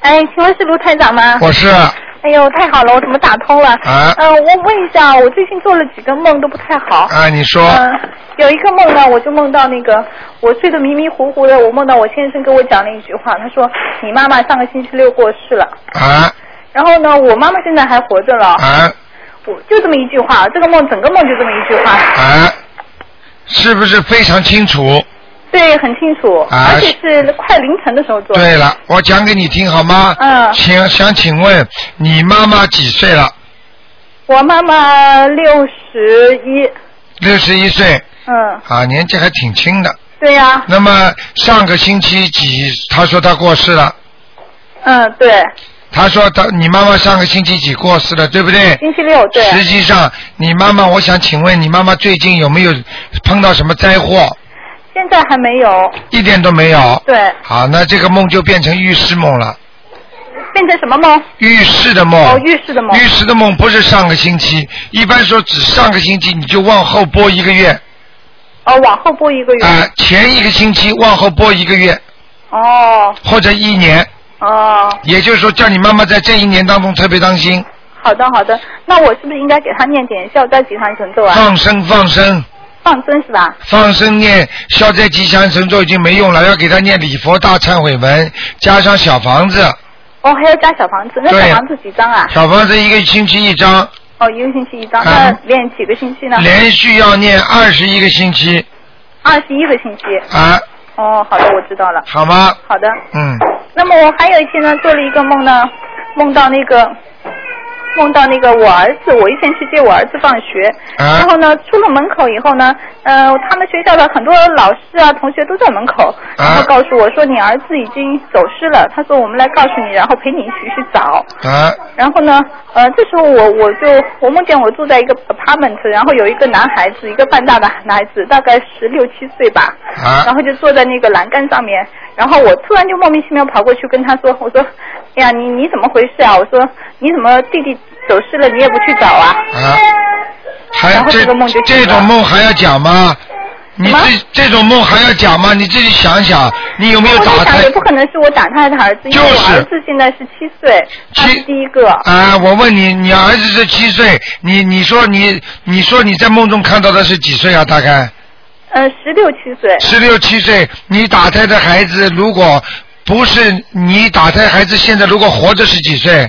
L: 哎，请问是卢台长吗？
A: 我是
L: 哎呦，太好了，我怎么打通了？
A: 啊
L: 嗯、我问一下，我最近做了几个梦都不太好。
A: 啊，你说，
L: 嗯、有一个梦呢，我就梦到那个，我睡得迷迷糊糊的，我梦到我先生跟我讲了一句话，他说你妈妈上个星期六过世了，
A: 啊
L: 然后呢，我妈妈现在还活着了，
A: 啊
L: 我就这么一句话，这个梦整个梦就这么一句话，
A: 啊，是不是非常清楚？
L: 对，很清楚，
A: 啊
L: 而且是快凌晨的时候做的。
A: 对了，我讲给你听好吗？
L: 嗯
A: 请想请问你妈妈几岁了？
L: 我妈妈六十一，
A: 六十一岁，
L: 嗯，
A: 啊，年纪还挺轻的。
L: 对呀、
A: 那么上个星期几，她说她过世了。
L: 嗯，对，
A: 她说她，你妈妈上个星期几过世了，对不对？
L: 星期六对。
A: 实际上，你妈妈，我想请问你妈妈最近有没有碰到什么灾祸？
L: 现在还没有，
A: 一点都没有。
L: 对，
A: 好，那这个梦就变成预示梦了。
L: 变成什么梦？
A: 预示的梦。
L: 哦，预示的
A: 预
L: 梦。
A: 示的梦不是上个星期，一般说只上个星期你就往后拨一个月，
L: 哦，往后拨一个月。
A: 啊、前一个星期往后拨一个月
L: 哦
A: 或者一年，
L: 哦，
A: 也就是说叫你妈妈在这一年当中特别当心，
L: 好的好的，那我是不是应该给他念点消灾吉祥神咒啊？
A: 放生放生
L: 放生是吧？
A: 放生念消灾吉祥神咒已经没用了，要给他念礼佛大忏悔文，加上小房子，
L: 哦，还要加小房子，那
A: 对
L: 小房子几张啊？
A: 小房子一个星期一张，
L: 哦，一个星期一张，那
A: 嗯
L: 练几个星期呢？
A: 连续要念二十一个星期
L: 二十一个星期。
A: 啊，
L: 哦，好的，我知道了。
A: 好吗？
L: 好的，
A: 嗯，
L: 那么我还有一天呢，做了一个梦呢，梦到那个，梦到那个我儿子，我以前去接我儿子放学，
F: 啊
L: 然后呢，出了门口以后呢，呃，他们学校的很多老师啊、同学都在门口，然后告诉我说你儿子已经走失了，他说我们来告诉你，然后陪你一起去找。
A: 啊
L: 然后呢，呃，这时候我我就我梦见我住在一个 apartment，然后有一个男孩子，一个半大的男孩子，大概十六七岁吧，
F: 啊
L: 然后就坐在那个栏杆上面，然后我突然就莫名其妙跑过去跟他说，我说，哎呀，你你怎么回事啊？我说你怎么弟弟走失了，你也不去找啊？
A: 啊，还
L: 然后
A: 这
L: 这个梦就醒了
A: 这种梦还要讲吗？你
L: 什么
A: 这这种梦还要讲吗？你自己想想，你有没有
L: 我
A: 打
L: 在想，
A: 胎
L: 也不可能是我打胎的儿子，因为
A: 就是
L: 我儿子现在是七岁，他是第一个。
A: 啊？我问你，你儿子是七岁，你你说你你说你在梦中看到的是几岁啊？大概
L: 呃，十六七岁，
A: 十六七岁，你打胎的孩子如果不是你打胎孩子，现在如果活着是几岁？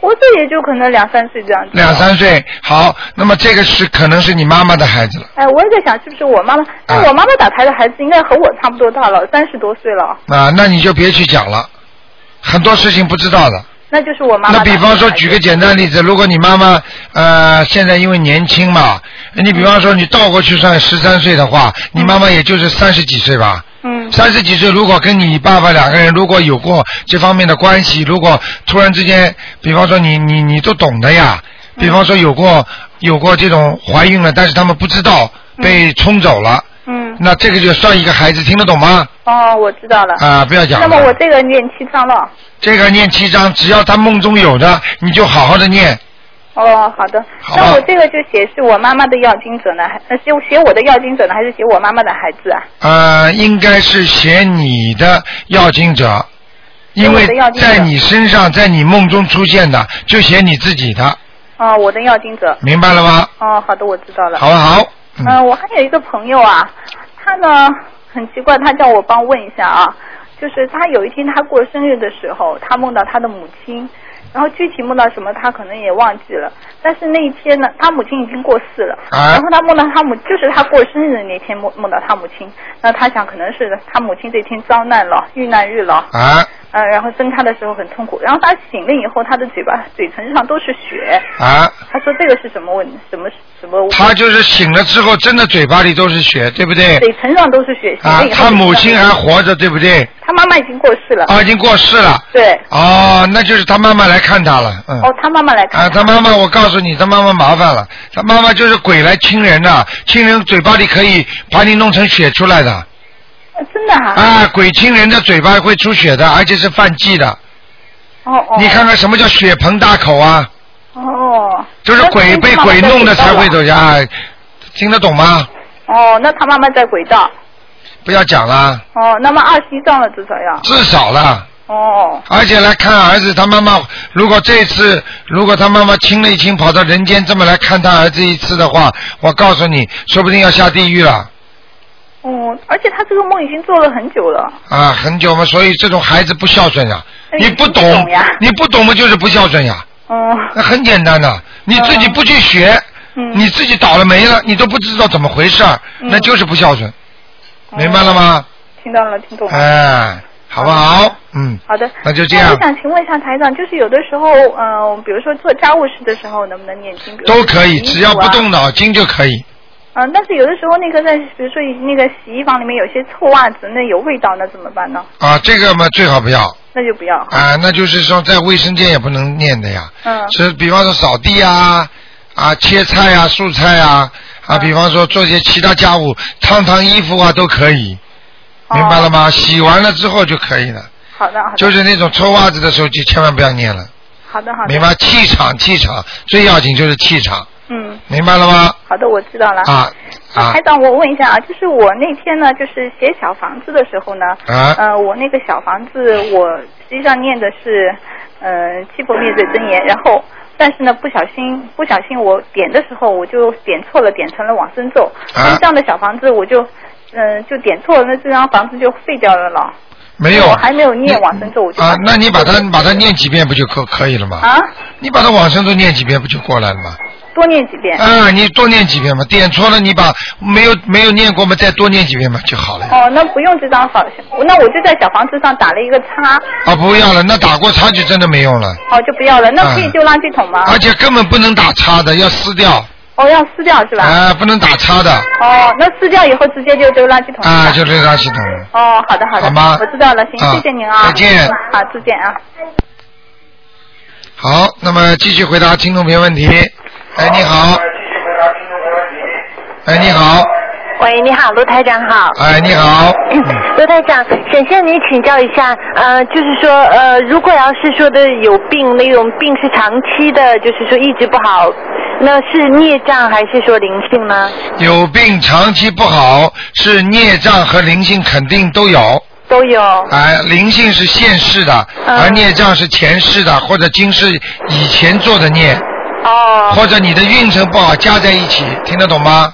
L: 我这也就可能两三岁这样子。
A: 两三岁，好，那么这个是可能是你妈妈的孩子了，
L: 哎，我也在想是不是我
A: 啊
L: 妈妈，但我妈妈打胎的孩子应该和我差不多大了，三十多岁了，
A: 啊，那你就别去讲了，很多事情不知道的。
L: 那就是我妈
A: 那
L: 妈打胎的孩子。
A: 比方说，举个简单例子，如果你妈妈呃现在因为年轻嘛，你比方
L: 嗯
A: 说你倒过去算十三岁的话，你妈妈也就是三十几岁吧。
L: 嗯。
A: 三十几岁，如果跟你爸爸两个人如果有过这方面的关系，如果突然之间，比方说你你你都懂的呀，
L: 嗯
A: 比方说有过有过这种怀孕了，但是他们不知道被冲走了，
L: 嗯，
A: 那这个就算一个孩子，听得懂吗？
L: 哦，我知道了。
A: 啊不要讲了
L: 那么我这个念七章了。
A: 这个念七章，只要他梦中有的，你就好好的念。
L: 哦，好的。那我这个就写是我妈妈的要经者呢，还呃写写我的要经者呢，还是写我妈妈的孩子啊？
A: 呃，应该是写你的要经者，因为
L: 写我的要经者
A: 在你身上，在你梦中出现的，就写你自己的，
L: 哦，我的要经者。
A: 明白了吗？
L: 哦，好的，我知道了。
A: 好不好？
L: 嗯、我还有一个朋友啊，他呢很奇怪，他叫我帮问一下啊，就是他有一天他过生日的时候，他梦到他的母亲，然后具体梦到什么他可能也忘记了，但是那一天呢，他母亲已经过世了，
F: 啊
L: 然后他梦到他母，就是他过生日的那天梦梦到他母亲，那他想可能是他母亲这天遭难了，遇难日了，
A: 啊
L: 呃，然后生他的时候很痛苦，然后他醒了以后，他的嘴巴嘴唇上都是血，
A: 啊！
L: 他说这个是什么问什么什么问题？
A: 他就是醒了之后，真的嘴巴里都是血，对不对？
L: 嘴唇上都是血，
A: 啊
L: 醒了以，后
A: 他母亲还活着，对不对？
L: 他妈妈已经过世了。
A: 啊，已经过世了。
L: 对。
A: 哦，那就是他妈妈来看他了，嗯。
L: 哦，他妈妈来看。
A: 啊，他妈妈，我告诉你，他妈妈麻烦了，他妈妈就是鬼来亲人呐、亲人嘴巴里可以把你弄成血出来的。
L: 真的啊？
A: 啊，鬼亲人的嘴巴会出血的，而且是犯忌的。
L: 哦哦。
A: 你看看什么叫血盆大口啊？
L: 哦。
A: 就是鬼被鬼弄的才会走下。啊听得懂吗？
L: 哦，那他妈妈在轨道。
A: 不要讲了，
L: 哦，那么二十一张了至少要。
A: 至少了。
L: 哦。
A: 而且来看儿子，他妈妈如果这次如果他妈妈亲了一亲，跑到人间这么来看他儿子一次的话，我告诉你，说不定要下地狱了
L: 哦，而且他这个梦已经做了很久了。
A: 啊！很久嘛，所以这种孩子不孝顺呀、
L: 哎
A: 你不懂
L: 你不懂呀，
A: 你不懂嘛就是不孝顺呀，
L: 哦。
A: 那很简单的，你自己不去学，
L: 嗯
A: 你自己倒了霉了，你都不知道怎么回事儿，
L: 嗯哦
A: 那就是不孝顺，明白了吗？
L: 听到了，听懂了。
A: 哎，好不好？嗯，
L: 好的，
A: 那就这
L: 呃
A: 样
L: 我想请问一下台长，就是有的时候，嗯、比如说做家务事的时候，能不能念经？比如说
A: 都可以，只
L: 洗衣服啊
A: 要不动脑筋就可以。
L: 嗯，但是有的时候那个在，比如说那个洗衣房里面有些臭袜子，那有味道，那怎么办呢？
A: 啊，这个嘛最好不要
L: 那就不要。
A: 啊，那就是说在卫生间也不能念的呀。
L: 嗯
A: 是比方说扫地啊，啊切菜啊、蔬菜啊，
L: 嗯
A: 啊比方说做些其他家务，烫烫衣服啊都可以，明白了吗？洗完了之后就可以了。
L: 哦好的，好的。
A: 就是那种抽袜子的时候就千万不要念了，
L: 好的，好的。
A: 明白？气场，气场最要紧就是气场，
L: 嗯。
A: 明白了吗？
L: 好的，我知道了。
A: 啊啊
L: 台长，我问一下啊，就是我那天呢，就是写小房子的时候呢，
F: 啊
L: 呃，我那个小房子，我实际上念的是，呃，七佛灭罪真言，然后，但是呢，不小心，不小心我点的时候，我就点错了，点成了往生咒，
A: 啊
L: 那么这样的小房子，我就，嗯、就点错了，那这张房子就废掉了了。
A: 没有
L: 我还没有念往生咒，我就
A: 啊，那你把它把它念几遍不就可可以了吗？
L: 啊，
A: 你把它往生咒念几遍不就过来了吗？
L: 多念几遍。
A: 啊，你多念几遍嘛，点错了你把没有没有念过嘛，再多念几遍嘛就好了呀。
L: 哦，那不用这张房，那我就在小房子上打了一个叉，
A: 啊，不要了，那打过叉就真的没用了，
L: 哦，就不要了。那可以
A: 嗯
L: 丢垃圾桶吗？
A: 而且根本不能打叉的，要撕掉。
L: 哦，要撕掉是吧？
A: 啊，不能打叉的，
L: 哦，那撕掉以后直接就丢垃圾桶是吧
A: 啊，就这垃圾桶了。
L: 哦，好的好的，
A: 好吗
L: 我知道了，行，
A: 啊
L: 谢谢您啊，
A: 再见
L: 好，再见啊。
A: 好，那么继续回答听众朋友问题。哎，你好。哎，你好，
F: 喂，你好，卢台长好。嗯
A: 哎，你好，
F: 卢台长，想向您请教一下，呃，就是说，呃，如果要是说的有病，那种病是长期的，就是说一直不好，那是孽障还是说灵性呢？
A: 有病长期不好是孽障和灵性肯定都有。
F: 都有。嗯
A: 哎，灵性是现世的，而孽障是前世的或者今世以前做的孽。
F: 哦。
A: 或者你的运程不好加在一起，听得懂吗？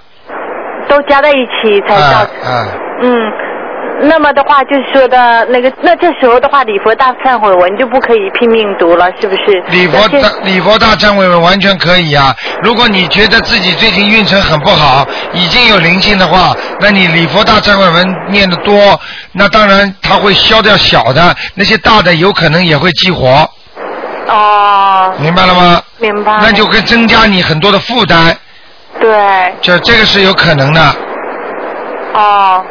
F: 都加在一起才
A: 啊
F: 造
A: 啊。
F: 嗯，那么的话，就是说的那个，那这时候的话，礼佛大忏悔文就不可以拼命读了，是不是？
A: 礼佛
F: 那现
A: 大礼佛大忏悔文完全可以啊！如果你觉得自己最近运程很不好，已经有灵性的话，那你礼佛大忏悔文念得多，那当然它会消掉小的，那些大的有可能也会激活。
F: 哦。
A: 明白了吗？
F: 明白。
A: 那就会增加你很多的负担，
F: 对，
A: 这这个是有可能的。
F: 哦。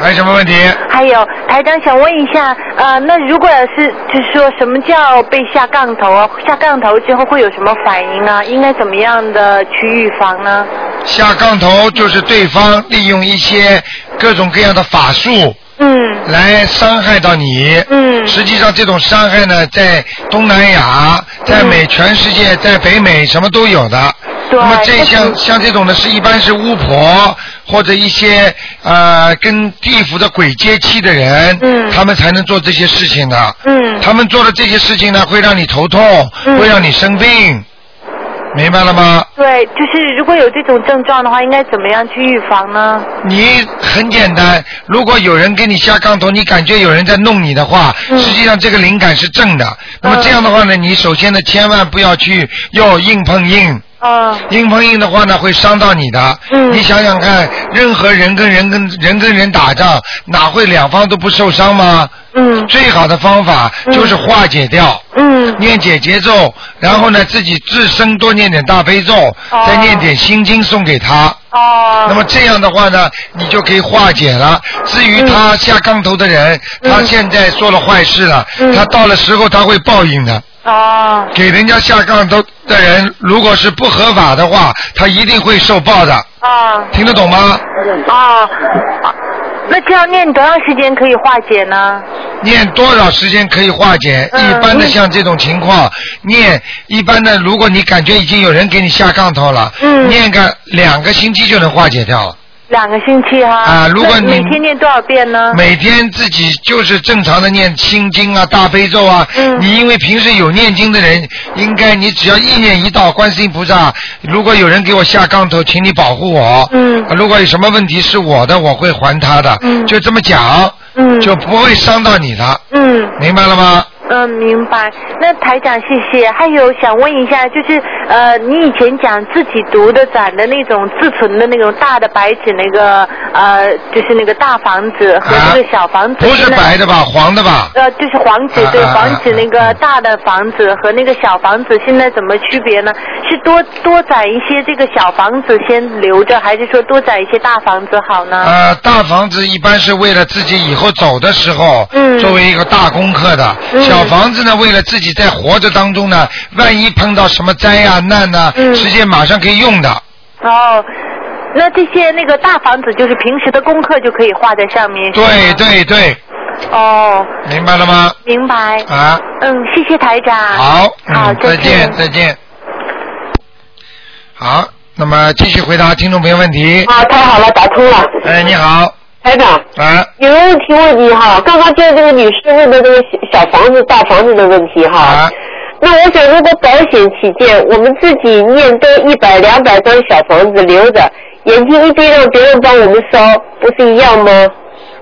A: 还有什么问题？
F: 还有台长想问一下，呃，那如果是就是说什么叫被下杠头啊？下杠头之后会有什么反应啊？应该怎么样的去预防呢？
A: 下杠头就是对方利用一些各种各样的法术，
F: 嗯，
A: 来伤害到你，
F: 嗯，
A: 实际上这种伤害呢，在东南亚、在美、全世界、在北美什么都有的。
F: 对
A: 那么这像像这种的是一般是巫婆或者一些呃跟地府的鬼接气的人，嗯，他们才能做这些事情的，
F: 嗯，
A: 他们做的这些事情呢，会让你头痛，会让你生病，明白了吗？
F: 对，就是如果有这种症状的话，应该怎么样去预防呢？
A: 你很简单，如果有人跟你下杠头，你感觉有人在弄你的话，
F: 嗯
A: 实际上这个灵感是正的。那么这样的话呢，你首先呢，千万不要去要硬碰硬。
F: 嗯
A: 硬碰硬的话呢，会伤到你的。你想想看，任何人跟人跟人跟人打仗，哪会两方都不受伤吗？
F: 嗯。
A: 最好的方法就是化解掉。
F: 嗯。
A: 念解结咒，然后呢，自己自身多念点大悲咒，再念点心经送给他。
F: 哦。
A: 那么这样的话呢，你就可以化解了。至于他
F: 嗯
A: 下杠头的人，他现在做了坏事了，
F: 嗯
A: 他到了时候他会报应的。
F: 哦。
A: 给人家下杠头的人，如果是不合法的话，他一定会受报的。
F: 啊。
A: 听得懂吗？
F: 啊、啊那这要念多长时间可以化解呢？
A: 念多少时间可以化解？
F: 嗯
A: 一般的像这种情况，念一般的，如果你感觉已经有人给你下杠头了，念个两个星期就能化解掉了。
F: 嗯两个星期哈。
A: 啊如果
F: 那每
A: 你
F: 天念多少遍呢？
A: 每天自己就是正常的念心经啊、大悲咒啊。你因为平时有念经的人，应该你只要意念一到，观世音菩萨，如果有人给我下杠头，请你保护我。嗯。如果有什么问题是我的，我会还他的。嗯。就这么讲。
F: 嗯。
A: 就不会伤到你的。
F: 嗯。
A: 明白了吗？
F: 嗯，明白。那台长，谢谢。还有想问一下，就是呃，你以前讲自己读的攒的那种自存的那种大的白纸，那个呃，就是那个大房子和那个小房子，
A: 不是白的吧？黄的吧？
F: 呃，就是黄纸
A: 啊
F: 对
A: 啊啊
F: 黄纸那个大的房子和那个小房子，现在怎么区别呢？是多多攒一些这个小房子先留着，还是说多攒一些大房子好呢？
A: 呃，大房子一般是为了自己以后走的时候，
F: 嗯
A: 作为一个大功课的。
F: 嗯
A: 小房子呢，为了自己在活着当中呢，万一碰到什么灾呀、难呐、
F: 嗯
A: 直接马上可以用的。
F: 哦，那这些那个大房子就是平时的功课就可以画在上面。是吗
A: 对对对，
F: 哦，
A: 明白了吗？
F: 明白。
A: 啊，
F: 嗯，谢谢台长。
A: 好，
F: 好
A: 嗯，
F: 再
A: 再
F: 见
A: 见再见。好，那么继续回答听众朋友问题。
G: 啊，太好了，打通了。
A: 哎，你好，
G: 台长，
A: 啊，
G: 有个问题问你哈，刚刚就是这个女士问的这个小小房子、大房子的问题哈。
A: 啊
G: 那我想，如果保险起见，我们自己念都一百、两百张小房子留着，眼睛一闭让别人帮我们烧，不是一样吗？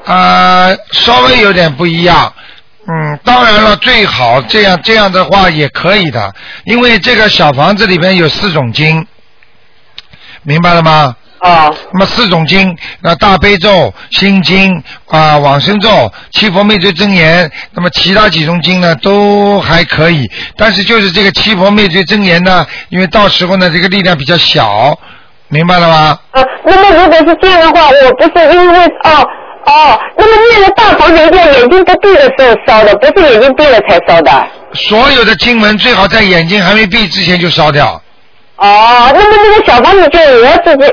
A: 呃，稍微有点不一样。
G: 啊
A: 嗯，当然了，最好这样这样的话也可以的，因为这个小房子里边有四种经，明白了吗？
G: 啊。
A: 那么四种经，那大悲咒、心经啊、往生咒、七佛灭罪真言，那么其他几种经呢都还可以，但是就是这个七佛灭罪真言呢，因为到时候呢这个力量比较小，明白了吗？
G: 啊，那么如果是这样的话，我不是因为哦哦，那么念了大房子一定要眼睛不闭的时候烧的，不是眼睛闭了才烧的。
A: 所有的经文最好在眼睛还没闭之前就烧掉。
G: 哦，那么那个小房子就我自己，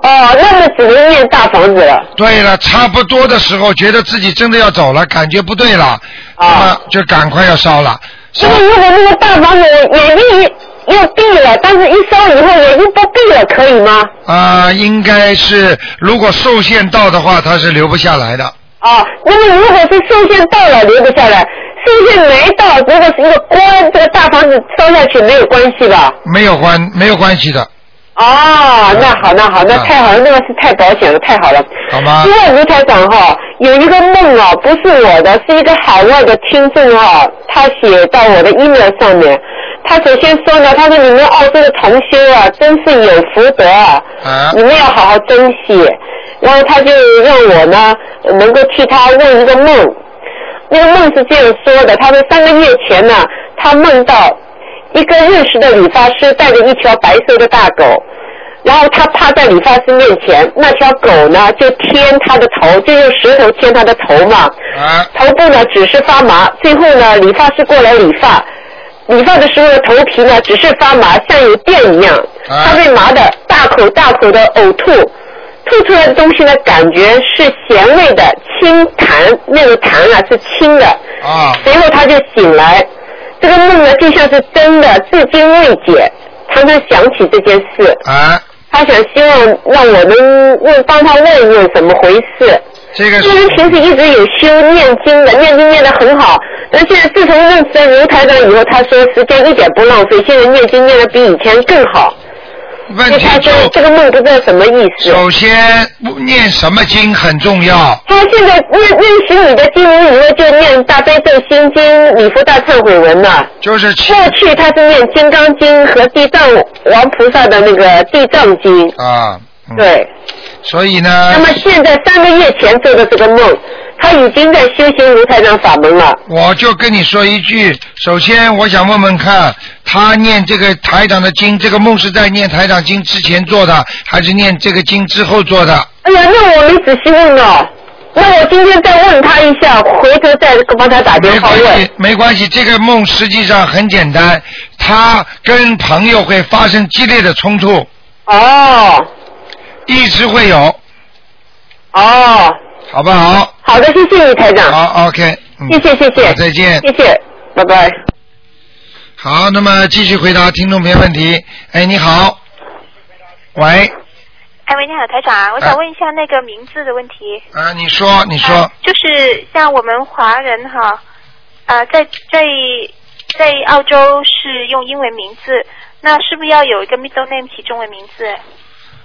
G: 哦，那么只能念大房子了。
A: 对了，差不多的时候，觉得自己真的要走了，感觉不对了，
G: 啊
A: 那么就赶快要烧了。
G: 那么如果那个大房子我眼睛要闭了，但是一烧以后眼睛不闭了，可以吗？
A: 啊、应该是如果受限到的话，它是留不下来的。
G: 哦，那么如果是寿限到了留不下来，寿限没到，如果是一个关，这个大房子烧下去没有关系吧？
A: 没有关没有关系的。哎
G: 哦，那好，那好，那太好了，那个是太保险了，太好了。
A: 嗯好吗？
G: 另外，卢台长哈，有一个梦啊，不是我的，是一个海外的听众哈、他写到我的 email 上面。他首先说呢，他说你们澳洲的同修啊，真是有福德啊，你们要好好珍惜。然后他就让我呢，能够替他问一个梦。那个梦是这样说的，他说三个月前呢，他梦到一个认识的理发师带着一条白色的大狗，然后他趴在理发师面前，那条狗呢就舔他的头，就用石头舔他的头嘛，头部呢只是发麻，最后呢理发师过来理发。理发的时候的头皮呢，只是发麻，像有电一样。他被麻的大口大口的呕吐，吐出来的东西呢，感觉是咸味的清痰，那个痰啊是清的。
A: 啊
G: 随后他就醒来，这个梦呢就像是真的，至今未解。常常想起这件事，
A: 啊，
G: 他想希望让我能问帮他问一问怎么回事。
A: 这个
G: 人平时一直有修念经的，念经念得很好。那现在自从认识了卢台长以后，他说时间一点不浪费，现在念经念得比以前更好。
A: 问题
G: 他说这个梦不知道什么意思。
A: 首先不念什么经很重要。
G: 他现在认认识你的经文以后，就念大悲咒心经、礼佛大忏悔文了。
A: 就是
G: 过去他是念金刚经和地藏王菩萨的那个地藏经。
A: 啊，
G: 对。
A: 所以呢
G: 那么现在三个月前做的这个梦，他已经在修行卢台长法门了。
A: 我就跟你说一句，首先我想问问看，他念这个台长的经，这个梦是在念台长经之前做的，还是念这个经之后做的？
G: 哎呀，那我没仔细问哦。那我今天再问他一下，回头再帮他打电
A: 没
G: 话
A: 关
G: 问
A: 系。，没关系。这个梦实际上很简单，他跟朋友会发生激烈的冲突。
G: 哦。
A: 一直会有。
G: 哦。
A: 好不好？
G: 好的，谢谢你，台长。
A: 好，OK、嗯
G: 谢谢，谢谢。
A: 再见
G: 谢谢，拜拜。
A: 好，那么继续回答听众朋友问题。哎，你好。喂，
D: 哎喂，你好，台长，我想问一下那个名字的问题，
A: 啊，你说，你说，
D: 就是像我们华人哈，啊，在在在澳洲是用英文名字，那是不是要有一个 middle name 起中文名字？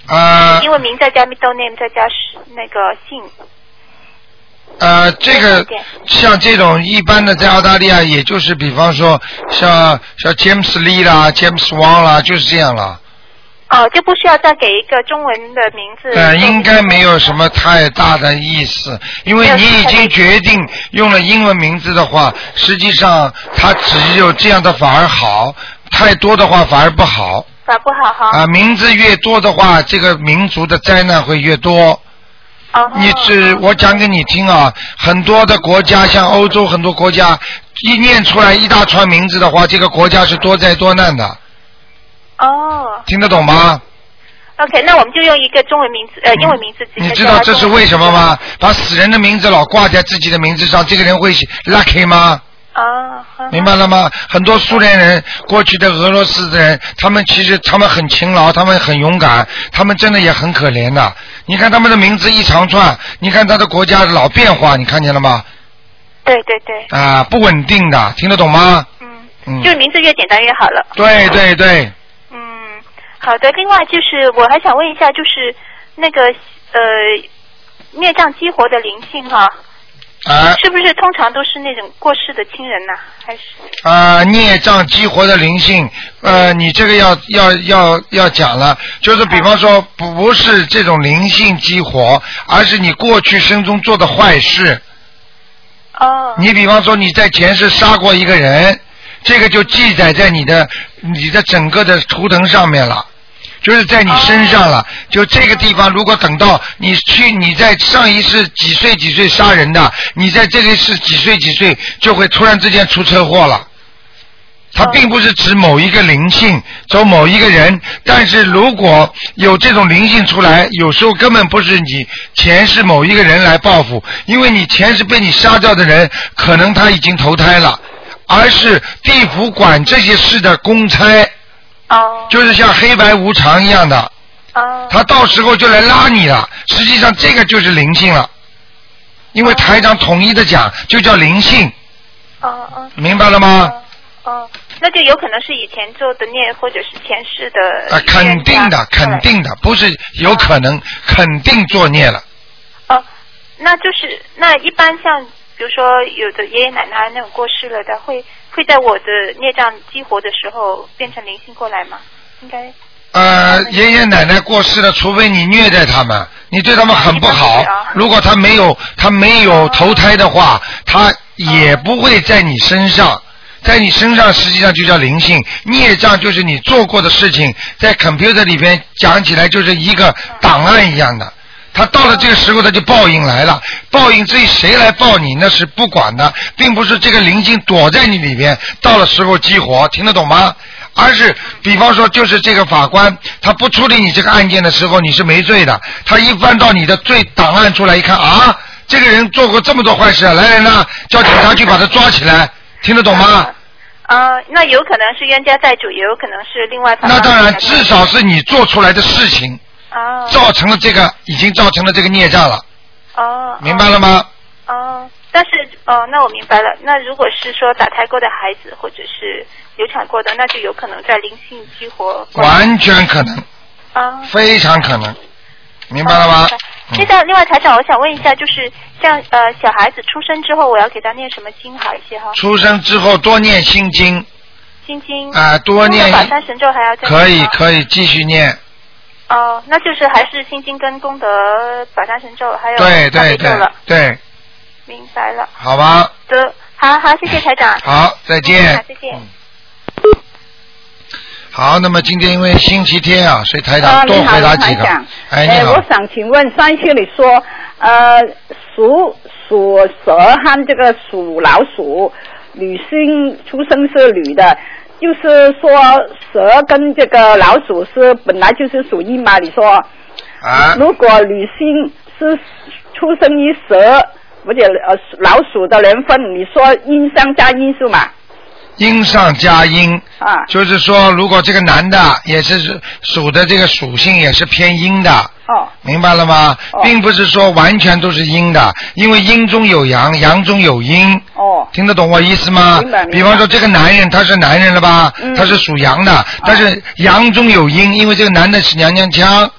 A: 啊、
D: 英文名再加 middle name 再加是那个姓？
A: 呃，这个像这种一般的在澳大利亚，也就是比方说像像 James Lee 啦、James Wang 啦，就是这样了。
D: 哦，就不需要再给一个中文的名字。
A: 呃，应该没有什么太大的意思，因为你已经决定用了英文名字的话，实际上它只有这样的反而好，太多的话反而不好。
D: 法不好哈。
A: 啊、名字越多的话，这个民族的灾难会越多。你只我讲给你听啊，很多的国家，像欧洲很多国家，一念出来一大串名字的话，这个国家是多灾多难的，
D: 哦
A: 听得懂吗？
D: ，OK，那我们就用一个中文名字，
A: 嗯
D: 呃，英文名字直接
A: 你知
D: 加中文
A: 道
D: 名字。
A: 这是为什么吗？把死人的名字老挂在自己的名字上，这个人会 lucky 吗？啊，明白了吗？很多苏联人，过去的俄罗斯的人，他们其实他们很勤劳，他们很勇敢，他们真的也很可怜的。你看他们的名字一长串，你看他的国家老变化，你看见了吗？
D: 对对对，
A: 啊，不稳定的，听得懂吗？嗯
D: 就是名字越简单越好了。
A: 对对对，
D: 好的，另外就是我还想问一下，就是那个呃孽障激活的灵性哈、
A: 啊
D: 是不是通常都是那种过世的亲人呐、还是
A: 啊，孽障激活的灵性，呃，你这个要要要要讲了，就是比方说不不是这种灵性激活，而是你过去生中做的坏事。
D: 哦。
A: 你比方说你在前世杀过一个人，这个就记载在你的你的整个的图腾上面了。就是在你身上了，就这个地方，如果等到你去，你在上一世几岁几岁杀人的，你在这一世几岁几岁就会突然之间出车祸了。它并不是指某一个灵性，走某一个人，但是如果有这种灵性出来，有时候根本不是你前世某一个人来报复，因为你前世被你杀掉的人，可能他已经投胎了，而是地府管这些事的公差。就是像黑白无常一样的。他到时候就来拉你了，实际上这个就是灵性了，因为台长统一的讲就叫灵性。明白了吗？
D: 哦，那就有可能是以前做的孽，或者是前世的
A: 啊，肯定的，肯定的，不是有可能，肯定作孽了。
D: 那就是那一般像比如说有的爷爷奶奶那种过世了的，会会在我的孽障激活的时候变成灵性过来吗？应该
A: 呃，爷爷奶奶过世了，除非你虐待他们，你对他们很不好。如果他没有他没有投胎的话，他也不会在你身上，在你身上实际上就叫灵性孽障，就是你做过的事情，在 computer 里边讲起来就是一个档案一样的。他到了这个时候，他就报应来了。报应至于谁来报你，那是不管的，并不是这个灵性躲在你里边，到了时候激活，听得懂吗？而是，比方说，就是这个法官他不处理你这个案件的时候，你是没罪的。他一翻到你的罪档案出来一看啊，这个人做过这么多坏事，啊来人呐，叫警察去把他抓起来，听得懂吗？
D: 呃，那有可能是冤家债主，也有可能是另外方。
A: 那当然，至少是你做出来的事情，造成了这个，已经造成了这个孽障了，
D: 哦，
A: 明白了吗？
D: 哦，但是哦，那我明白了。那如果是说打胎过的孩子，或者是流产过的，那就有可能在灵性激活
A: 完全可能，
D: 啊。
A: 非常可能，明白了
M: 哦
A: 吗？
D: 那个，另外台长，我想问一下，就是像呃小孩子出生之后，我要给他念什么经好一些哈？
A: 出生之后多念心经，
D: 心经
A: 啊多念
D: 功德宝山神咒还要再
A: 可以
D: 念吗
A: 可以继续念，
D: 哦，那就是还是心经跟功德宝山神咒
M: 哎
D: 还有
A: 对对
D: 大悲咒
A: 对
D: 了，
A: 对，
D: 明白了。
A: 好吧，
D: 得，好好，谢谢台长。嗯
A: 好，再
M: 嗯
A: 见。嗯
D: 好，再见。
A: 好，那么今天因为星期天啊，所以台长
M: 啊，你
A: 多
M: 好，
A: 回答
M: 卢台
A: 几个
M: 长。呃
A: 哎，你好
M: 我，想请问上一次你说，呃，属属蛇和这个属老鼠，女性出生是女的，就是说蛇跟这个老鼠是本来就是属阴嘛？你说，
A: 啊，
M: 如果女性是出生于蛇或者呃老鼠的年份，你说阴上加阴是嘛？
A: 阴上加阴，
M: 啊，
A: 就是说，如果这个男的也是属的这个属性也是偏阴的，
M: 哦，
A: 明白了吗？并不是说完全都是阴的，因为阴中有阳，阳中有阴。
M: 哦，
A: 听得懂我意思吗？
M: 明白明白
A: 比方说，这个男人他是男人了吧？
M: 嗯
A: 他是属羊的，但是阳中有阴，因为这个男的是娘娘腔。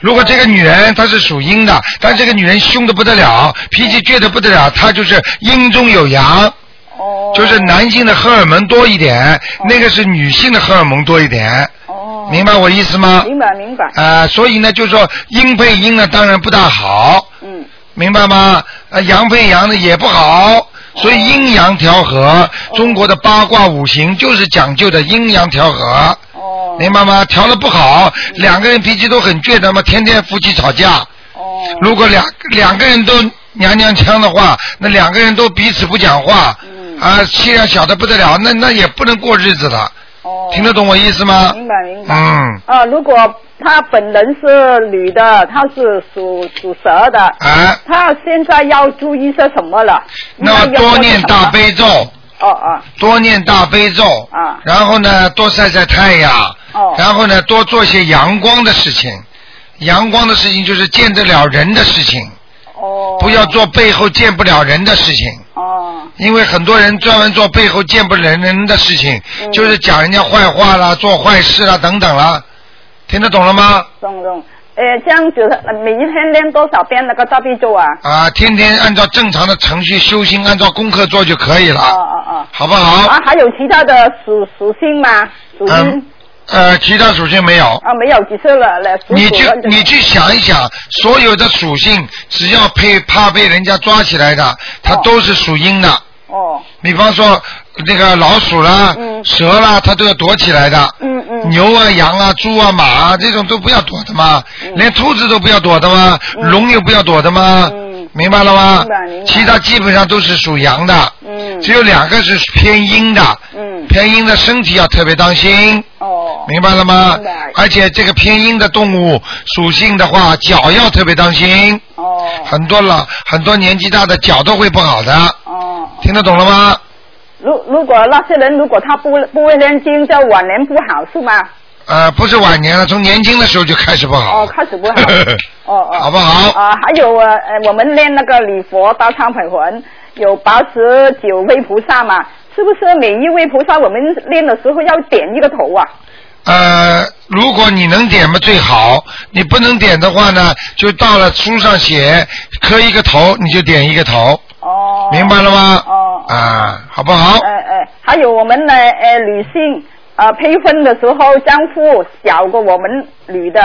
A: 如果这个女人她是属阴的，但这个女人凶的不得了，脾气倔的不得了，她就是阴中有阳。
M: 哦。
A: 就是男性的荷尔蒙多一点，那个是女性的荷尔蒙多一点。
M: 哦。
A: 明白我意思吗？
M: 明白明白。
A: 啊、所以呢，就是说阴配阴呢，当然不大好。
M: 嗯。
A: 明白吗？呃，阳配阳呢也不
M: 哦
A: 好，所以阴阳调和，中国的八卦五行就是讲究的阴阳调和。
M: 哦。嗯
A: 明白吗？调的不好，两个人脾气都很倔的嘛，天天夫妻吵架。
M: 哦。
A: 如果两两个人都娘娘腔的话，那两个人都彼此不讲话，
M: 嗯
A: 啊，气量小的不得了，那那也不能过日子的。
M: 哦。
A: 听得懂我意思吗？
M: 明白明白。
A: 嗯。
M: 啊，如果她本人是女的，她是属属蛇的，
A: 啊，
M: 她现在要注意些什么了？
A: 那
M: 应该要
A: 多
M: 做
A: 念
M: 什么
A: 大悲咒。
M: 哦哦
A: 多念大悲咒，
M: 啊
A: 然后呢，多晒晒太阳，
M: 哦
A: 然后呢，多做些阳光的事情。阳光的事情就是见得了人的事情，
M: 哦，
A: 不要做背后见不了人的事情。
M: 哦，
A: 因为很多人专门做背后见不了人的事情，
M: 嗯
A: 就是讲人家坏话啦、做坏事啦等等啦，听得懂了吗？
M: 懂懂。呃，这样子，呃每一天练多少遍那个大悲咒啊？
A: 啊，天天按照正常的程序修心，按照功课做就可以了，
M: 哦哦哦。
A: 好不好？
M: 啊，还有其他的属属性吗？属阴、
A: 嗯，呃，其他属性没有。
M: 啊，没有，只是了了属
A: 你
M: 鼠
A: 去
M: 了就
A: 你去想一想，所有的属性，只要被怕被人家抓起来的，它都是属阴的。
M: 哦。
A: 比方说那个老鼠啦、蛇啦，它都要躲起来的。
M: 嗯嗯。
A: 牛啊、羊啊、猪啊、马啊，这种都不要躲的嘛，
M: 嗯
A: 连兔子都不要躲的嘛，龙也不要躲的嘛。明白了吗
M: 嗯明白明？白嗯
A: 其他基本上都是属阳的，只有两个是偏阴的，偏阴的身体要特别当心。明白了吗？而且这个偏阴的动物属性的话，脚要特别当心。
M: 哦。
A: 很多老很多年纪大的脚都会不好的。
M: 哦。
A: 听得懂了吗？
M: 如如果那些人如果他不不会念经，就晚年不好是吗？
A: 呃，不是晚年了，从年轻的时候就开始不好。
M: 哦，开始
A: <laughs>
M: 不好。哦哦，
A: 好不好
M: 啊，还有呃，呃我们练那个礼佛大忏悔文，有八十九位菩萨嘛，是不是每一位菩萨我们练的时候要点一个头啊？
A: 呃，如果你能点嘛最好，你不能点的话呢，就到了书上写磕一个头，你就点一个头。哦。明白了吗？哦。啊，好不好？
M: 呃呃，还有我们呢，呃，女性呃配婚的时候，丈夫小过我们女的，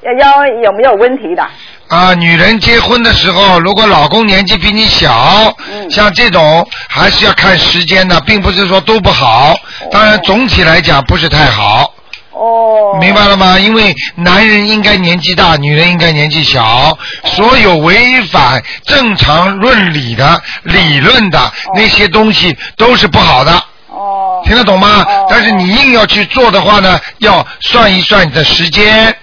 M: 要要有没有问题的？
A: 啊，女人结婚的时候，如果老公年纪比你小，像这种还是要看时间的，并不是说都不好。当然，总体来讲不是太好。哦。明白了吗？因为男人应该年纪大，女人应该年纪小。所有违反正常论理的、理论的那些东西都是不好的。哦。听得懂吗？但是你硬要去做的话呢，要算一算你的时间。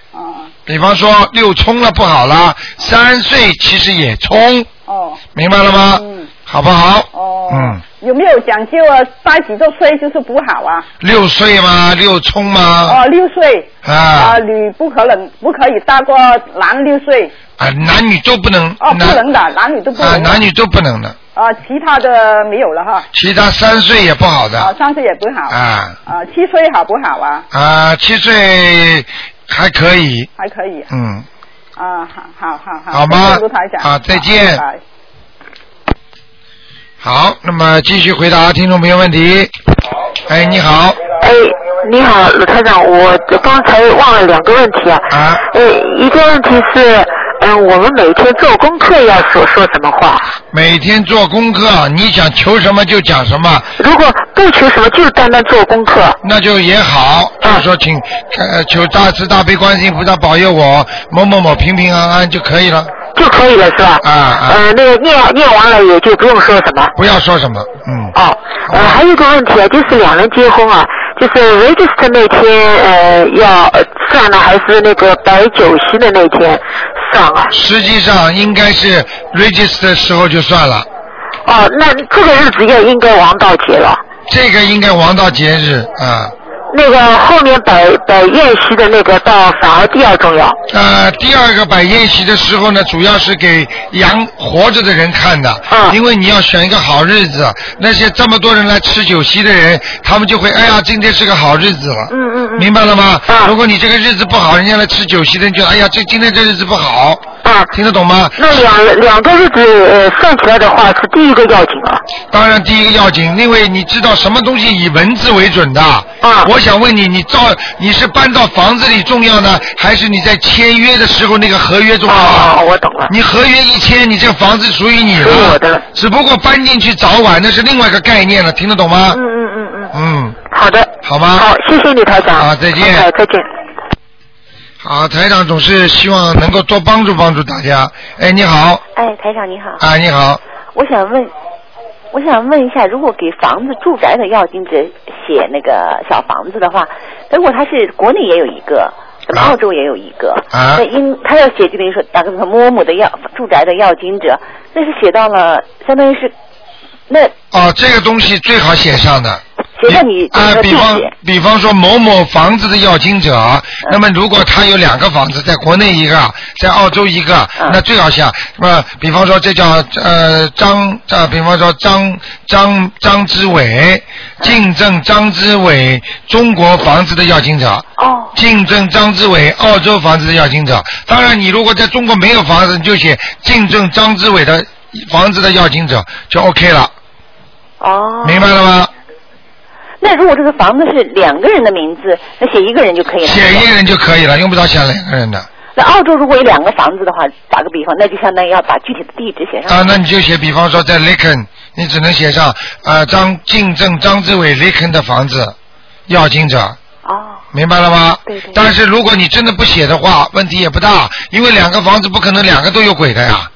A: 比方说六冲了不好啦，三岁其实也冲。哦。明白了吗？嗯。好不好？哦。嗯，
M: 有没有讲究啊？八几多岁就是不好啊？
A: 六岁吗？六冲吗？
M: 哦，六岁
A: 啊
M: 啊，女不可能不可以大过男六岁
A: 啊，男女都不能。
M: 哦，不
A: 男
M: 能的，男女都不能
A: 啊，
M: 的。
A: 男女都不能的，
M: 啊，其他的没有了哈。
A: 其他三岁也不好
M: 啊，
A: 的
M: 三岁也不好。
A: 啊
M: 啊，七岁好不好啊？
A: 啊，七岁还可以，
M: 还可以。
A: 嗯。
M: 啊，好好好好。
A: 好吗
M: 谢谢卢台长。
A: 啊再见
M: 好拜拜
A: 好，那么继续回答听众朋友问题。哎，你好，
G: 哎，你好，鲁台长，我刚才忘了两个问题啊。
A: 啊。
G: 呃，一个问题是，嗯、我们每天做功课要说说什么话？
A: 每天做功课，你想求什么就讲什么。
G: 如果不求什么，就单单做功课。啊
A: 那就也好，就是说请，呃，求大慈大悲观世音菩萨保佑我某某某平平安安就可以了。
G: 就可以了是吧？
A: 啊啊。
G: 呃，那个念念完了也就不用说什么。
A: 不要说什么，嗯。
G: 哦，呃，还有一个问题啊，就是两人结婚啊，就是 register 那天呃要呃算呢，还是那个摆酒席的那天算啊？
A: 实际上应该是 register 的时候就算了，
G: 哦，那这个日子要应该王道节了。
A: 这个应该王道节日啊。
G: 那个后面摆摆宴席的那个倒反而第二重要。
A: 呃，第二个摆宴席的时候呢，主要是给羊活着的人看的，因为你要选一个好日子。那些这么多人来吃酒席的人，他们就会哎呀，今天是个好日子了。嗯嗯嗯。明白了吗？如果你这个日子不好，人家来吃酒席的人就哎呀，这今天这日子不好。
G: 啊。
A: 听得懂吗？
G: 那两两个日子呃算起来的话，是第一个要紧啊。
A: 当然，第一个要紧，因为你知道什么东西以文字为准的。啊。我想问你，你照你是搬到房子里重要呢，还是你在签约的时候那个合约重要？哦，
G: 啊我懂了。
A: 你合约一签，你这个房子属于你了。我的。只不过搬进去早晚那是另外一个概念了，听得懂吗？嗯
G: 嗯嗯嗯。
A: 嗯，
G: 好的。
A: 好吗？好，
G: 谢谢你，台长。
A: 好，再见。
G: 好，再见。
A: 好，台长总是希望能够多帮助帮助大家。哎，你好，
J: 哎，台长你好，
A: 啊，你好，
J: 我想问，我想问一下，如果给房子住宅的要经者写那个小房子的话，如果他是国内也有一个，咱们澳洲也有一个，
A: 啊
J: 那英他要写就等于说两个什么某的要住宅的要经者，那是写到了，相当于是那
A: 哦，这个东西最好写上的。
J: 写到你这
A: 啊，
J: 个地
A: 比方
J: 址，
A: 比方说某某房子的要经者，
J: 嗯
A: 那么如果他有两个房子，在国内一个，在澳洲一个，
J: 嗯
A: 那最好像那么比方说这叫呃张呃，比方说张张张之伟，
J: 嗯
A: 竞争张之伟中国房子的要经者。
J: 哦。
A: 竞争张之伟澳洲房子的要经者。当然，你如果在中国没有房子，你就写竞争张之伟的房子的要经者就 OK 了，
J: 哦，
A: 明白了吗？
J: 那如果这个房子是两个人的名字，那写一个人就可以了。
A: 写一个人就可以了，用不着想两个人的
J: 那澳洲如果有两个房子的话，打个比方，那就相当于要把具体的地址写上。
A: 啊。那你就写，比方说在 Lincoln，你只能写上啊、呃张竞争张之伟 Lincoln 的房子要经者。
J: 哦。
A: 明白了吗？对对。但是如果你真的不写的话，问题也不大，因为两个房子不可能两个都有鬼的呀。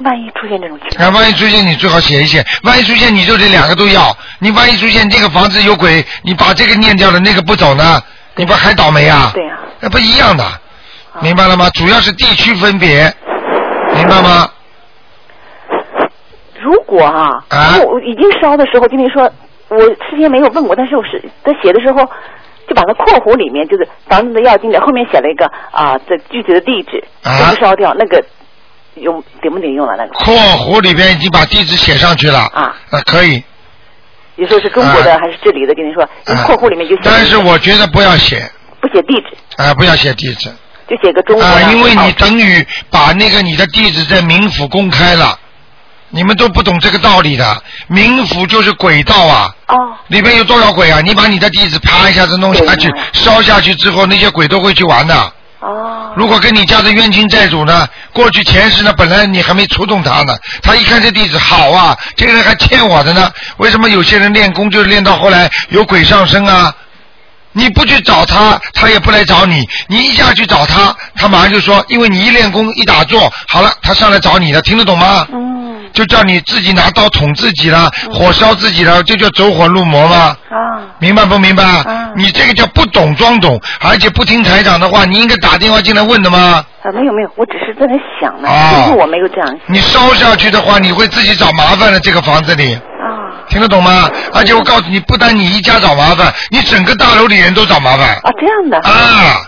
J: 万一出现这种情
A: 啊，万一出现你最好写一写，万一出现你就得两个都要，你万一出现这个房子有鬼，你把这个念掉了，那个不走呢，你不还倒霉啊？
J: 对呀、
A: 那不一样的，明白了吗？主要是地区分别，明白吗？
J: 如果啊，因为我已经烧的时候，就你说，我之前没有问过，但是我是在写的时候，就把它括弧里面就是房子的要经者后面写了一个啊，这具体的地址，
A: 啊
J: 都不烧掉，那个用顶不顶用了那个？
A: 括弧里边已经把地址写上去了。呃
J: 啊。
A: 啊，可以。
J: 你说是中国的还是这里的？跟你说，你
A: 啊
J: 括弧里面就写
A: 但是我觉得不要写
J: 不写地址，
A: 啊，不要写地址
J: 就写个中国。
A: 啊，因为你等于把那个你的地址在冥府公开了，你们都不懂这个道理的。冥府就是鬼道啊，
J: 哦，
A: 里面有多少鬼啊？你把你的地址啪一下子弄下去，
J: 啊
A: 烧下去之后，那些鬼都会去玩的。
J: 哦。
A: 如果跟你家的冤亲债主呢，过去前世呢，本来你还没触动他呢，他一看这地址好啊，这个人还欠我的呢。为什么有些人练功就是练到后来有鬼上身啊？你不去找他，他也不来找你。你一下去找他，他马上就说，因为你一练功一打坐，好了，他上来找你了，听得懂吗？
J: 嗯。
A: 就叫你自己拿刀捅自己了，火烧自己了，这叫走火入魔吗？
J: 啊
A: 明白不明白？你这个叫不懂装懂，而且不听台长的话，你应该打电话进来问的吗？
J: 啊，没有没有，我只是在那想呢，
A: 哦
J: 就是我没有这样想。
A: 你烧下去的话，你会自己找麻烦的。这个房子里，
J: 啊，
A: 听得懂吗？而且我告诉你，不单你一家找麻烦，你整个大楼里人都找麻烦。
J: 啊，这样的。
A: 啊，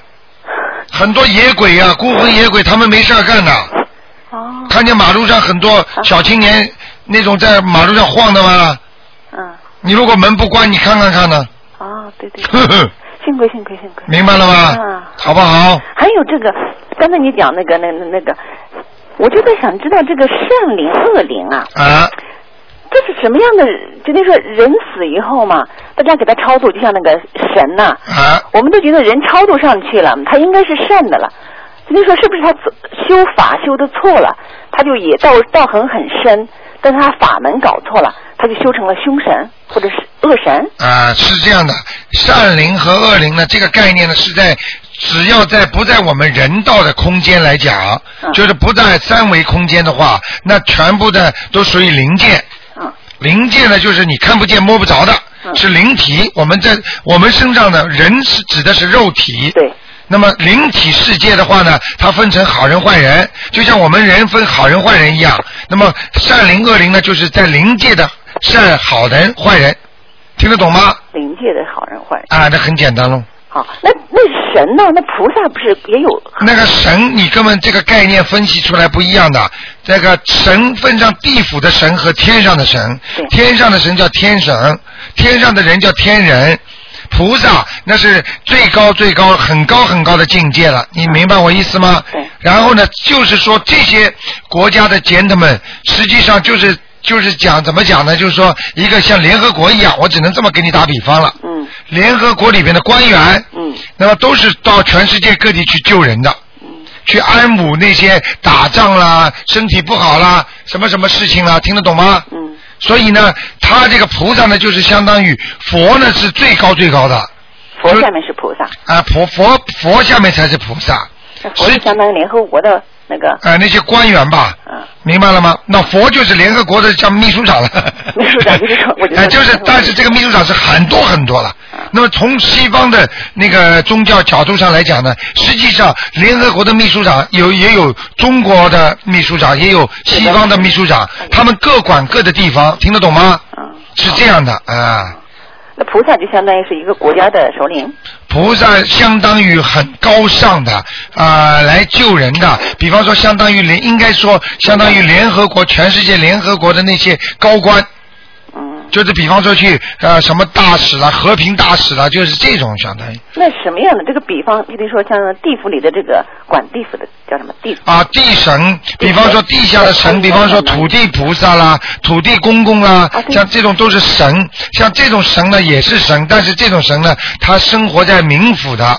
A: 很多野鬼啊，孤魂野鬼，他们没事儿干的。
J: 哦。啊
A: 看见马路上很多小青年那种在马路上晃的吗？
J: 嗯。
A: 你如果门不关，你看看看呢。
J: 啊，对对，
A: 呵呵，
J: 幸亏幸亏幸亏。
A: <laughs> 明白了吗
J: 嗯。
A: 好不好？
J: 还有这个，刚才你讲那个那那那个，我就在想知道这个善灵恶灵啊，
A: 啊，
J: 这是什么样的？就那说人死以后嘛，大家给他超度，就像那个神呐、
A: 啊，
J: 我们都觉得人超度上去了，他应该是善的了。就那说是不是他做修法修的错了？他就也道道行很深，但是他法门搞错了，他就修成了凶神或者是恶神。
A: 啊，是这样的，善灵和恶灵呢，这个概念呢是在只要在不在我们人道的空间来讲，就是不在三维空间的话，那全部的都属于零件。灵界呢，就是你看不见、摸不着的，是灵体。我们在我们身上的人是指的是肉体。
J: 对。
A: 那么灵体世界的话呢，它分成好人坏人，就像我们人分好人坏人一样。那么善灵恶灵呢，就是在灵界的善好人坏人，听得懂吗？
J: 灵界的好人坏人。
A: 啊，那很简单喽。
J: 好，那那神呢？那菩萨不是也有？
A: 那个神，你根本这个概念分析出来不一样的。这个神分上地府的神和天上的神，天上的神叫天神，天上的人叫天人。菩萨那是最高最高很高很高的境界了，你明白我意思吗？然后呢，就是说这些国家的 gentlemen，实际上就是就是讲怎么讲呢？就是说一个像联合国一样，我只能这么给你打比方了。
J: 嗯。
A: 联合国里边的官员，
J: 嗯，
A: 那么都是到全世界各地去救人的，去安抚那些打仗啦、身体不好啦、什么什么事情啦，听得懂吗？
J: 嗯。
A: 所以呢，他这个菩萨呢，就是相当于佛呢是最高最高的。
J: 佛下面是菩萨，
A: 啊，佛佛佛下面才是菩萨，啊、
J: 那佛是相当于联合国的那个
A: 哎那些官员吧，明白了吗？那佛就是联合国的叫秘书长了，秘书长就是哎，就是，但是这个秘书长是很多很多了。那么从西方的那个宗教角度上来讲呢，实际上联合国的秘书长有也有中国的秘书长，也有西方的嗯秘书长，他们各管各的地方，听得懂吗？是这样的啊。
J: 那菩萨就相当于是一个国家的首领。
A: 菩萨相当于很高尚的啊、呃来救人的，比方说相当于联，应该说相当于联合国，全世界联合国的那些高官，嗯，就是比方说去呃什么大使啦、和平大使啦，就是这种相当于
J: 那什么样的这个比方，比如说像地府里的这个管地府的叫什么地府？
A: 啊地神，比方说地下的神，啊比方说土地菩萨啦、土地公公啦，像这种都是神，像这种神呢也是神，但是这种神呢，他生活在冥府的，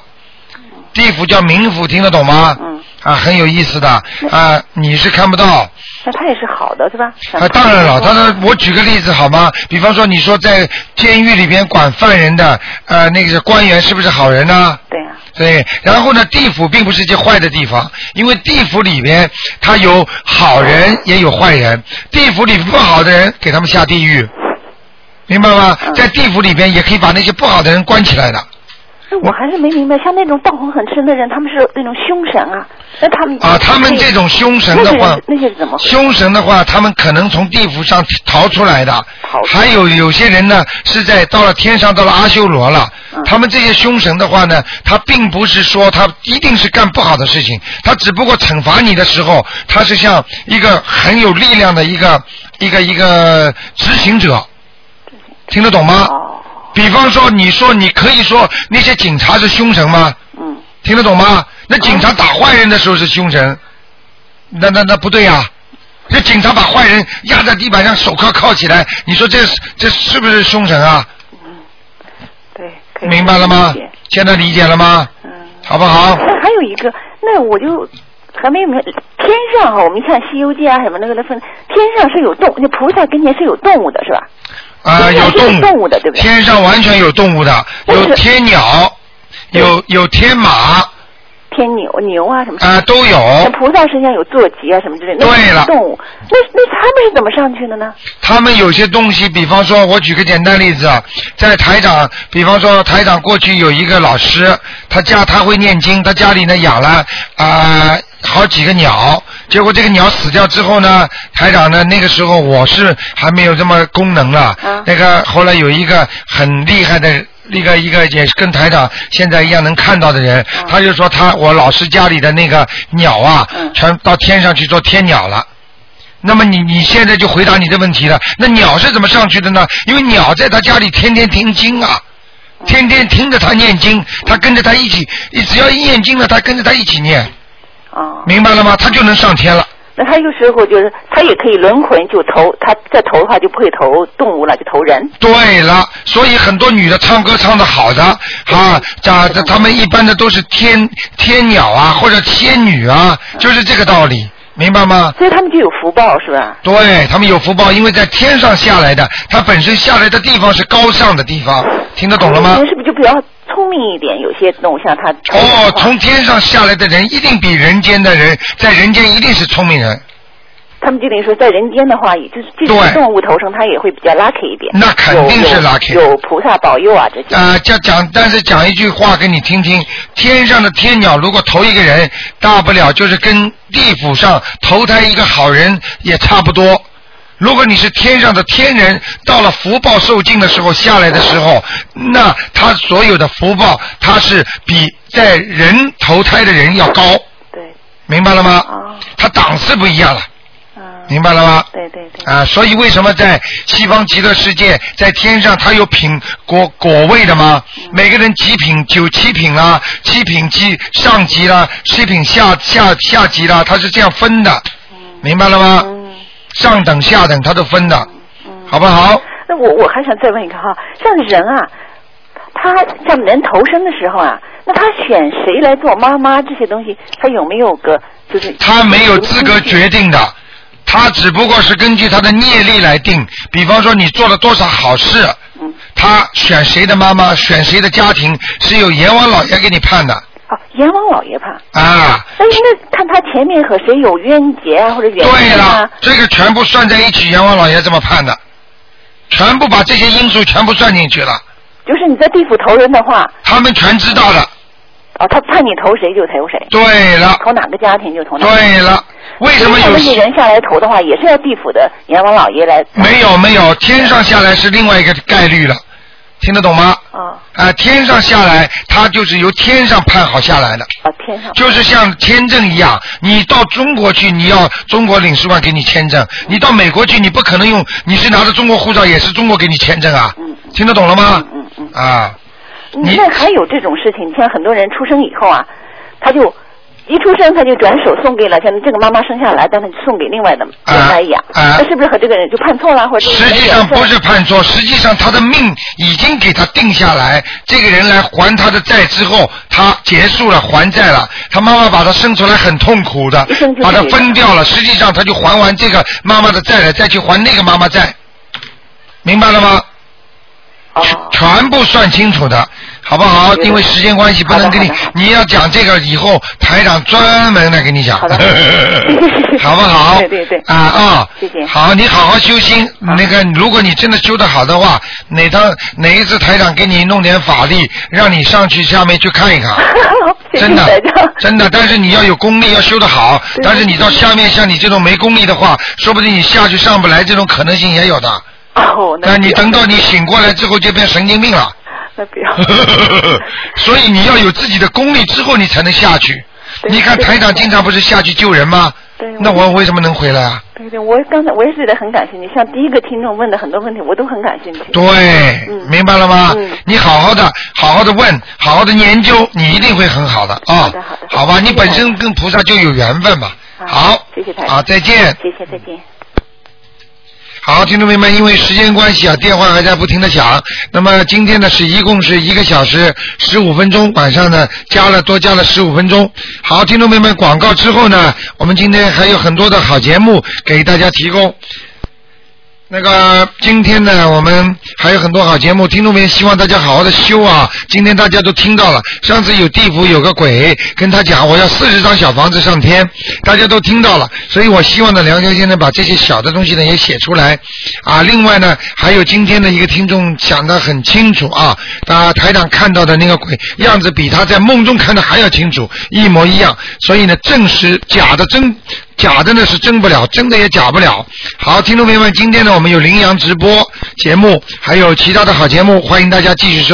A: 地府叫冥府，听得懂吗？嗯。啊，很有意思的啊，你是看不到。
J: 那它也是好的，对吧？
A: 啊，当然了，当然，我举个例子好吗？比方说，你说在监狱里边管犯人的，呃，那个是官员是不是好人呢、
J: 对呀、
A: 对，然后呢，地府并不是一些坏的地方，因为地府里边它有好人也有坏人，地府里不好的人给他们下地狱，明白吗？在地府里边也可以把那些不好的人关起来的。
J: 那我还是没明白，像那种道行很深的人，他们是那种凶神啊，那他们
A: 啊，他们这种凶神的话，
J: 那些人那些是怎么？
A: 凶神的话，他们可能从地府上逃出来的，还有有些人呢是在到了天上，到了阿修罗了。
J: 嗯
A: 他们这些凶神的话呢，他并不是说他一定是干不好的事情，他只不过惩罚你的时候，他是像一个很有力量的一个一个一个执行者。听得懂吗？
J: 哦
A: 比方说，你说你可以说那些警察是凶神吗？嗯。听得懂吗？那警察打坏人的时候是凶神，那那那不对呀、这警察把坏人压在地板上，手铐铐起来，你说这是这是不是凶神啊？嗯，对。明白了吗？现在理解了吗？嗯。好不好？
J: 那还有一个，那我就还没有没天上哈，我们看《西游记》啊什么那个的分，天上是有动，那菩萨跟前是有动物的是吧？
A: 啊、
J: 天
A: 有
J: 上是
A: 动物，
J: 动物的对不对？
A: 天上完全有动物的，有天鸟，有有天马，啊、
J: 天牛牛啊什么
A: 都有。
J: 那菩萨身上有坐骑啊什么之类的，对了，动物，那那他们是怎么上去的呢？
A: 他们有些东西，比方说，我举个简单例子啊，在台长，比方说台长过去有一个老师，他家他会念经，他家里呢养了啊、呃好几个鸟，结果这个鸟死掉之后呢，台长呢那个时候我是还没有这么功能了，那个后来有一个很厉害的。一个一个也是跟台长现在一样能看到的人，他就说他我老师家里的那个鸟啊，全到天上去做天鸟了。那么你你现在就回答你的问题了。那鸟是怎么上去的呢？因为鸟在他家里天天听经啊，天天听着他念经，他跟着他一起，你只要一念经了，他跟着他一起念。
J: 哦。
A: 明白了吗？他就能上天了。
J: 那他有时候就是他也可以轮回，就投他再投的话就不会投动物了，就投人。
A: 对了，所以很多女的唱歌唱的好的啊，咋这他们一般的都是天天鸟啊，或者仙女啊，就是这个道理，明白吗？
J: 所以他们就有福报是吧？
A: 对他们有福报，因为在天上下来的，他本身下来的地方是高尚的地方，听得懂了吗？
J: 人是不是就比较聪明一点？有些动物像他
A: 哦，从天上下来的人一定比人间的人，在人间一定是聪明人，
J: 他们就等于说，在人间的话，也就是即使动物头上，它也会比较 lucky 一点。
A: 那肯定是
J: 有有
A: lucky
J: 有菩萨保佑啊，这些。
A: 啊、这讲，但是讲一句话给你听听，天上的天鸟如果投一个人，大不了就是跟地府上投胎一个好人也差不多。如果你是天上的天人，到了福报受尽的时候下来的时候，那他所有的福报，他是比在人投胎的人要高。对。明白了吗？
J: 啊
A: 他档次不一样了。
J: 嗯
A: 明白了吗？
J: 对对对。
A: 啊，所以为什么在西方极乐世界，在天上它有品果果位的吗？每个人几品九七品啦，七品级上级啦，七品下下下级啦，它是这样分的，明白了吗？上等下等它都分的，好不好？
J: 那我我还想再问一个哈，像人啊，他像人投生的时候啊，那他选谁来做妈妈这些东西，他有没有个就是？
A: 他没有资格决定的，他只不过是根据他的业力来定。比方说你做了多少好事，他选谁的妈妈，选谁的家庭，是由阎王老爷给你判的
J: 哦，阎王老爷怕。
A: 啊。
J: 那应该看他前面和谁有冤结啊，或者缘
A: 对
J: 分啊
A: 了。，这个全部算在一起，阎王老爷这么判的，全部把这些因素全部算进去了。
J: 就是你在地府投人的话，
A: 他们全知道了。
J: 哦，他判你投谁就投谁。
A: 对了。
J: 投哪个家庭就投哪个。
A: 对了。为什么有
J: 那些人下来投的话，也是要地府的阎王老爷来？
A: 没有没有，天上下来是另外一个概率了，听得懂吗？
J: 啊、
A: 天上下来，它就是由天上判好下来的。
J: 啊，天上。
A: 就是像签证一样，你到中国去，你要中国领事馆给你签证；你到美国去，你不可能用，你是拿着中国护照，也是中国给你签证啊。听得懂了吗？嗯嗯。啊，
J: 你嗯那还有这种事情？你像很多人出生以后啊，他就一出生他就转手送给了，像这个妈妈生下来，但他就送给另外的
A: 啊
J: 人来养，那、是不是和这个人就判错了，或者
A: 实际上不是判错，实际上他的命已经给他定下来，这个人来还他的债之后，他结束了还债了，他妈妈把他生出来很痛苦的，把他分掉了，实际上他就还完这个妈妈的债了，再去还那个妈妈债，明白了吗？
J: 哦
A: 全部算清楚的，好不好？因为时间关系，不能跟你，你要讲这个以后台长专门来跟你讲，好不 <laughs> 好？
J: 对对对。
A: 啊啊！
J: 谢谢。
A: 好，你好好修心。那个，如果你真的修得好的话，哪趟哪一次台长给你弄点法力，让你上去下面去看
J: <laughs>
A: 一看，真的真的。但是你要有功力，要修得好。但是你到下面像你这种没功力的话，说不定你下去上不来，这种可能性也有的。
J: 哦，
A: 那你等到你醒过来之后就变神经病了。
J: 那不要。
A: <laughs> 所以你要有自己的功力之后，你才能下去。你看台长经常不是下去救人吗？那我为什么能回来啊？
J: 对对，我刚才我也是觉得很感谢你，像第一个听众问的很多问题，我都很感谢你。
A: 对，
J: 嗯
A: 明白了吗？
J: 嗯
A: 你好好的，好好的问，好好的研究，你一定会很好的啊。
J: 好的好的
A: 好吧，
J: 谢谢
A: 你本身跟菩萨就有缘分嘛。好，
J: 谢谢台长。
A: 好，再见。
J: 谢谢，再见。
A: 好，听众朋友们，因为时间关系啊，电话还在不停的响。那么今天呢是一共是一个小时十五分钟，晚上呢加了多加了十五分钟。好，听众朋友们，广告之后呢，我们今天还有很多的好节目给大家提供。那个今天呢，我们还有很多好节目，听众们希望大家好好的修啊。今天大家都听到了，上次有地府有个鬼跟他讲，我要四十张小房子上天，大家都听到了，所以我希望呢，梁先生呢把这些小的东西呢也写出来啊。另外呢，还有今天的一个听众讲的很清楚啊，啊台长看到的那个鬼样子比他在梦中看的还要清楚，一模一样，所以呢证实假的真假的呢是真不了，真的也假不了。好，听众朋友们，今天呢我们有羚羊直播节目，还有其他的好节目，欢迎大家继续收。